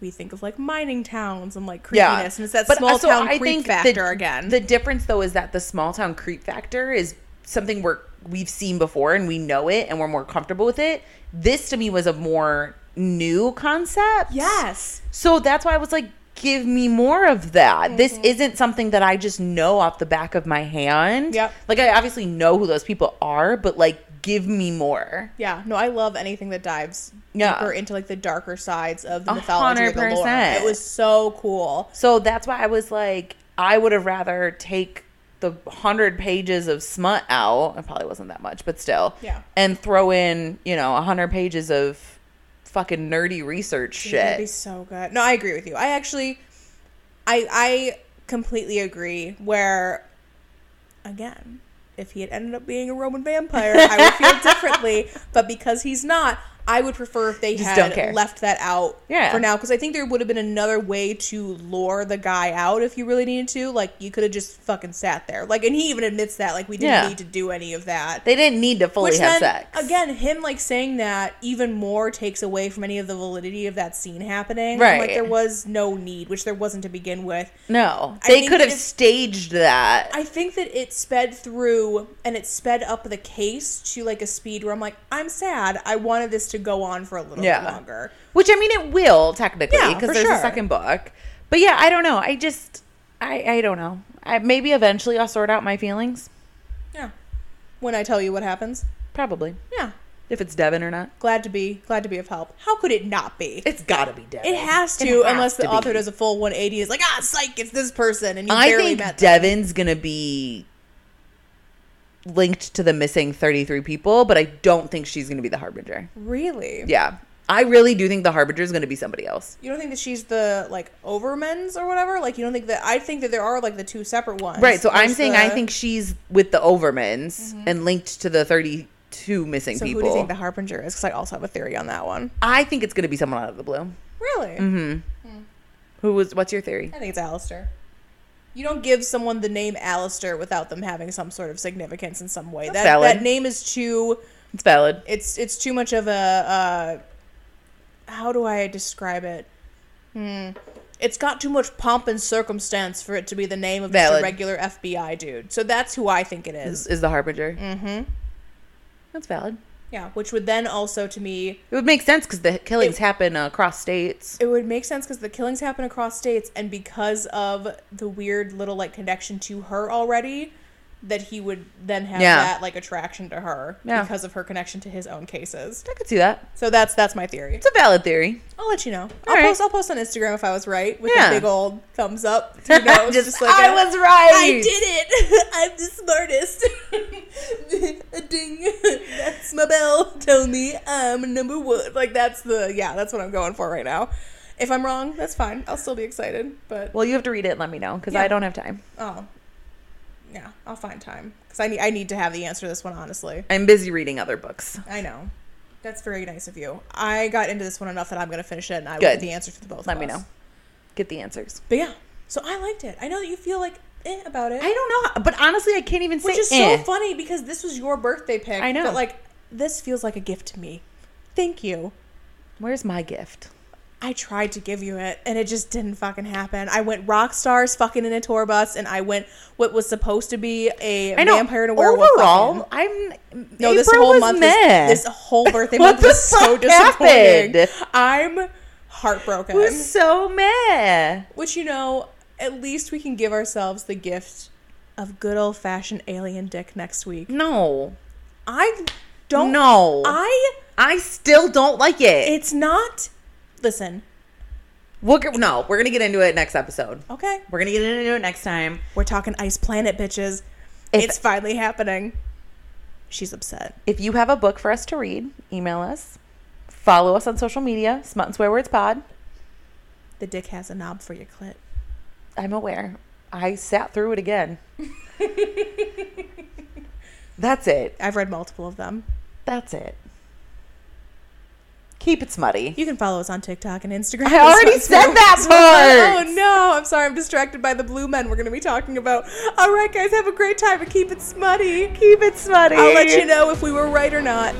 [SPEAKER 2] we think of like mining towns and like creepiness, and it's that small
[SPEAKER 1] also,
[SPEAKER 2] town creep factor
[SPEAKER 1] the,
[SPEAKER 2] again.
[SPEAKER 1] The difference though is that the small town creep factor is something we're we've seen before and we know it and we're more comfortable with it. This to me was a more new concept.
[SPEAKER 2] yes,
[SPEAKER 1] So that's why I was like, give me more of that. This
[SPEAKER 2] Mm-hmm.
[SPEAKER 1] isn't something that I just know off the back of my hand.
[SPEAKER 2] Yep.
[SPEAKER 1] Like I obviously know who those people are, but like give me more.
[SPEAKER 2] yeah, no, I love anything that dives
[SPEAKER 1] Yeah.
[SPEAKER 2] deeper into like the darker sides of the
[SPEAKER 1] A
[SPEAKER 2] mythology or the lore.
[SPEAKER 1] 100%.
[SPEAKER 2] It was so cool.
[SPEAKER 1] So that's why I was like, I would have rather take the hundred pages of smut out. It probably wasn't that much, but still.
[SPEAKER 2] Yeah.
[SPEAKER 1] And throw in, you know, a hundred pages of fucking nerdy research
[SPEAKER 2] That'd be
[SPEAKER 1] shit.
[SPEAKER 2] so good. No, I agree with you. I actually, I I completely agree. Where, again, if he had ended up being a Roman vampire, I would feel differently. But because he's not, I would prefer if they
[SPEAKER 1] Just don't
[SPEAKER 2] had
[SPEAKER 1] care.
[SPEAKER 2] left that out
[SPEAKER 1] Yeah.
[SPEAKER 2] for now. Because I think there would have been another way to lure the guy out if you really needed to. Like you could have just fucking sat there. Like, and he even admits that. Like we didn't
[SPEAKER 1] Yeah.
[SPEAKER 2] need to do any of that.
[SPEAKER 1] They didn't need to fully
[SPEAKER 2] Which
[SPEAKER 1] have
[SPEAKER 2] then,
[SPEAKER 1] sex.
[SPEAKER 2] Again, him like saying that even more takes away from any of the validity of that scene happening. I'm Like
[SPEAKER 1] Right.
[SPEAKER 2] there was no need, which there wasn't to begin with.
[SPEAKER 1] No.
[SPEAKER 2] I
[SPEAKER 1] They
[SPEAKER 2] think
[SPEAKER 1] could have
[SPEAKER 2] if-
[SPEAKER 1] staged that.
[SPEAKER 2] I think that it sped through and it sped up the case to like a speed where I'm like, I'm sad. I wanted this to go on for a little
[SPEAKER 1] Yeah.
[SPEAKER 2] bit longer.
[SPEAKER 1] Which I mean it will technically
[SPEAKER 2] Yeah,
[SPEAKER 1] because
[SPEAKER 2] for
[SPEAKER 1] there's
[SPEAKER 2] sure.
[SPEAKER 1] a second book. But yeah, I don't know. I just I, I don't know. I, maybe eventually I'll sort out my feelings.
[SPEAKER 2] Yeah. When I tell you what happens.
[SPEAKER 1] Probably.
[SPEAKER 2] Yeah.
[SPEAKER 1] If it's Devin or not.
[SPEAKER 2] Glad to be glad to be of help. How could it not be?
[SPEAKER 1] It's gotta be Devin.
[SPEAKER 2] It has to,
[SPEAKER 1] has
[SPEAKER 2] unless the
[SPEAKER 1] to
[SPEAKER 2] author
[SPEAKER 1] be.
[SPEAKER 2] does a full 180. Is like, ah, psych, it's this person, and you
[SPEAKER 1] I
[SPEAKER 2] barely
[SPEAKER 1] think
[SPEAKER 2] met. them.
[SPEAKER 1] Devin's gonna be linked to the missing 33 people, but I don't think she's gonna be the harbinger.
[SPEAKER 2] really?
[SPEAKER 1] Yeah, I really do think the harbinger is gonna be somebody else.
[SPEAKER 2] You don't think that she's the like overmen's or whatever? Like you don't think that I think that there are like the two separate ones.
[SPEAKER 1] Right. So I'm
[SPEAKER 2] There's
[SPEAKER 1] saying
[SPEAKER 2] the-
[SPEAKER 1] I think she's with the Overmans and linked to the 33 two missing
[SPEAKER 2] Mm-hmm. So
[SPEAKER 1] people.
[SPEAKER 2] who do you think the harbinger is? Because I also have a theory on that one. Mm-hmm.
[SPEAKER 1] I think it's going to be someone out of the blue.
[SPEAKER 2] Really?
[SPEAKER 1] Who was? What's your theory?
[SPEAKER 2] I think it's Alistair. You don't give someone the name Alistair without them having some sort of significance in some way. That
[SPEAKER 1] valid.
[SPEAKER 2] that name is too.
[SPEAKER 1] It's valid.
[SPEAKER 2] It's it's too much of a. Uh, how do I describe it? Hmm. It's got too much pomp and circumstance for it to be the name of just a
[SPEAKER 1] Valid.
[SPEAKER 2] regular FBI dude. So that's who I think it is.
[SPEAKER 1] Is, is the harbinger? Mm-hmm. That's valid.
[SPEAKER 2] Yeah, which would then also to me
[SPEAKER 1] It would make sense because the killings happen uh, across states.
[SPEAKER 2] it would make sense because the killings happen across states and because of the weird little like connection to her already that he would then have
[SPEAKER 1] Yeah.
[SPEAKER 2] that like attraction to her
[SPEAKER 1] Yeah.
[SPEAKER 2] because of her connection to his own cases
[SPEAKER 1] I could see that.
[SPEAKER 2] so that's that's my theory
[SPEAKER 1] It's a valid theory.
[SPEAKER 2] i'll let you know
[SPEAKER 1] All
[SPEAKER 2] i'll
[SPEAKER 1] right.
[SPEAKER 2] post i'll post on instagram if i was right with
[SPEAKER 1] Yeah.
[SPEAKER 2] a big old thumbs up Who knows?
[SPEAKER 1] Just, uh,
[SPEAKER 2] Just like
[SPEAKER 1] "I
[SPEAKER 2] a,
[SPEAKER 1] was right."
[SPEAKER 2] i did it i'm the smartest A ding that's my bell tell me i'm number one like that's the yeah that's what i'm going for right now if i'm wrong that's fine i'll still be excited but
[SPEAKER 1] Well, you have to read it. and Let me know because I
[SPEAKER 2] Yeah.
[SPEAKER 1] don't have time.
[SPEAKER 2] oh yeah i'll find time because i need i need to have the answer to this one honestly
[SPEAKER 1] I'm busy reading other books.
[SPEAKER 2] i know that's very nice of you i got into this one enough that i'm gonna finish it and i will
[SPEAKER 1] Good.
[SPEAKER 2] get the answer for the both
[SPEAKER 1] Let
[SPEAKER 2] of
[SPEAKER 1] me
[SPEAKER 2] us.
[SPEAKER 1] know. Get the answers.
[SPEAKER 2] But yeah, so I liked it. I know that you feel like eh about it,
[SPEAKER 1] I don't know, how- but honestly, I can't even say.
[SPEAKER 2] which is
[SPEAKER 1] eh.
[SPEAKER 2] so funny because this was your birthday pick.
[SPEAKER 1] I know.
[SPEAKER 2] but like this feels like a gift to me. Thank you.
[SPEAKER 1] Where's my gift?
[SPEAKER 2] I tried to give you it, and it just didn't fucking happen. I went rock stars fucking in a tour bus, and I went what was supposed to be a
[SPEAKER 1] I know.
[SPEAKER 2] vampire to werewolf.
[SPEAKER 1] Overall,
[SPEAKER 2] fucking-
[SPEAKER 1] I'm.
[SPEAKER 2] no, this
[SPEAKER 1] April
[SPEAKER 2] whole
[SPEAKER 1] was
[SPEAKER 2] month,
[SPEAKER 1] meh.
[SPEAKER 2] was, this whole birthday
[SPEAKER 1] What
[SPEAKER 2] month
[SPEAKER 1] the
[SPEAKER 2] was so
[SPEAKER 1] fuck
[SPEAKER 2] disappointing.
[SPEAKER 1] happened?
[SPEAKER 2] I'm heartbroken.
[SPEAKER 1] was so meh.
[SPEAKER 2] Which you know, at least we can give ourselves the gift of good old fashioned alien dick next week.
[SPEAKER 1] No,
[SPEAKER 2] I don't
[SPEAKER 1] No.
[SPEAKER 2] I
[SPEAKER 1] I still don't like it.
[SPEAKER 2] it's not listen,
[SPEAKER 1] We'll get, no, we're gonna get into it next episode.
[SPEAKER 2] okay.
[SPEAKER 1] We're gonna get into it next time.
[SPEAKER 2] We're talking ice planet bitches.
[SPEAKER 1] If-
[SPEAKER 2] it's finally happening. She's upset.
[SPEAKER 1] If you have a book for us to read, email us. Follow us on social media, Smut and Swear Words Pod.
[SPEAKER 2] The dick has a knob for your clit.
[SPEAKER 1] I'm aware. I sat through it again. That's it.
[SPEAKER 2] I've read multiple of them.
[SPEAKER 1] That's it. Keep it smutty.
[SPEAKER 2] You can follow us on TikTok and Instagram.
[SPEAKER 1] I already said that part.
[SPEAKER 2] Oh no, I'm sorry. I'm distracted by the blue men we're going to be talking about. All right, guys, have a great time and keep it smutty.
[SPEAKER 1] Keep it smutty.
[SPEAKER 2] I'll let you know if we were right or not.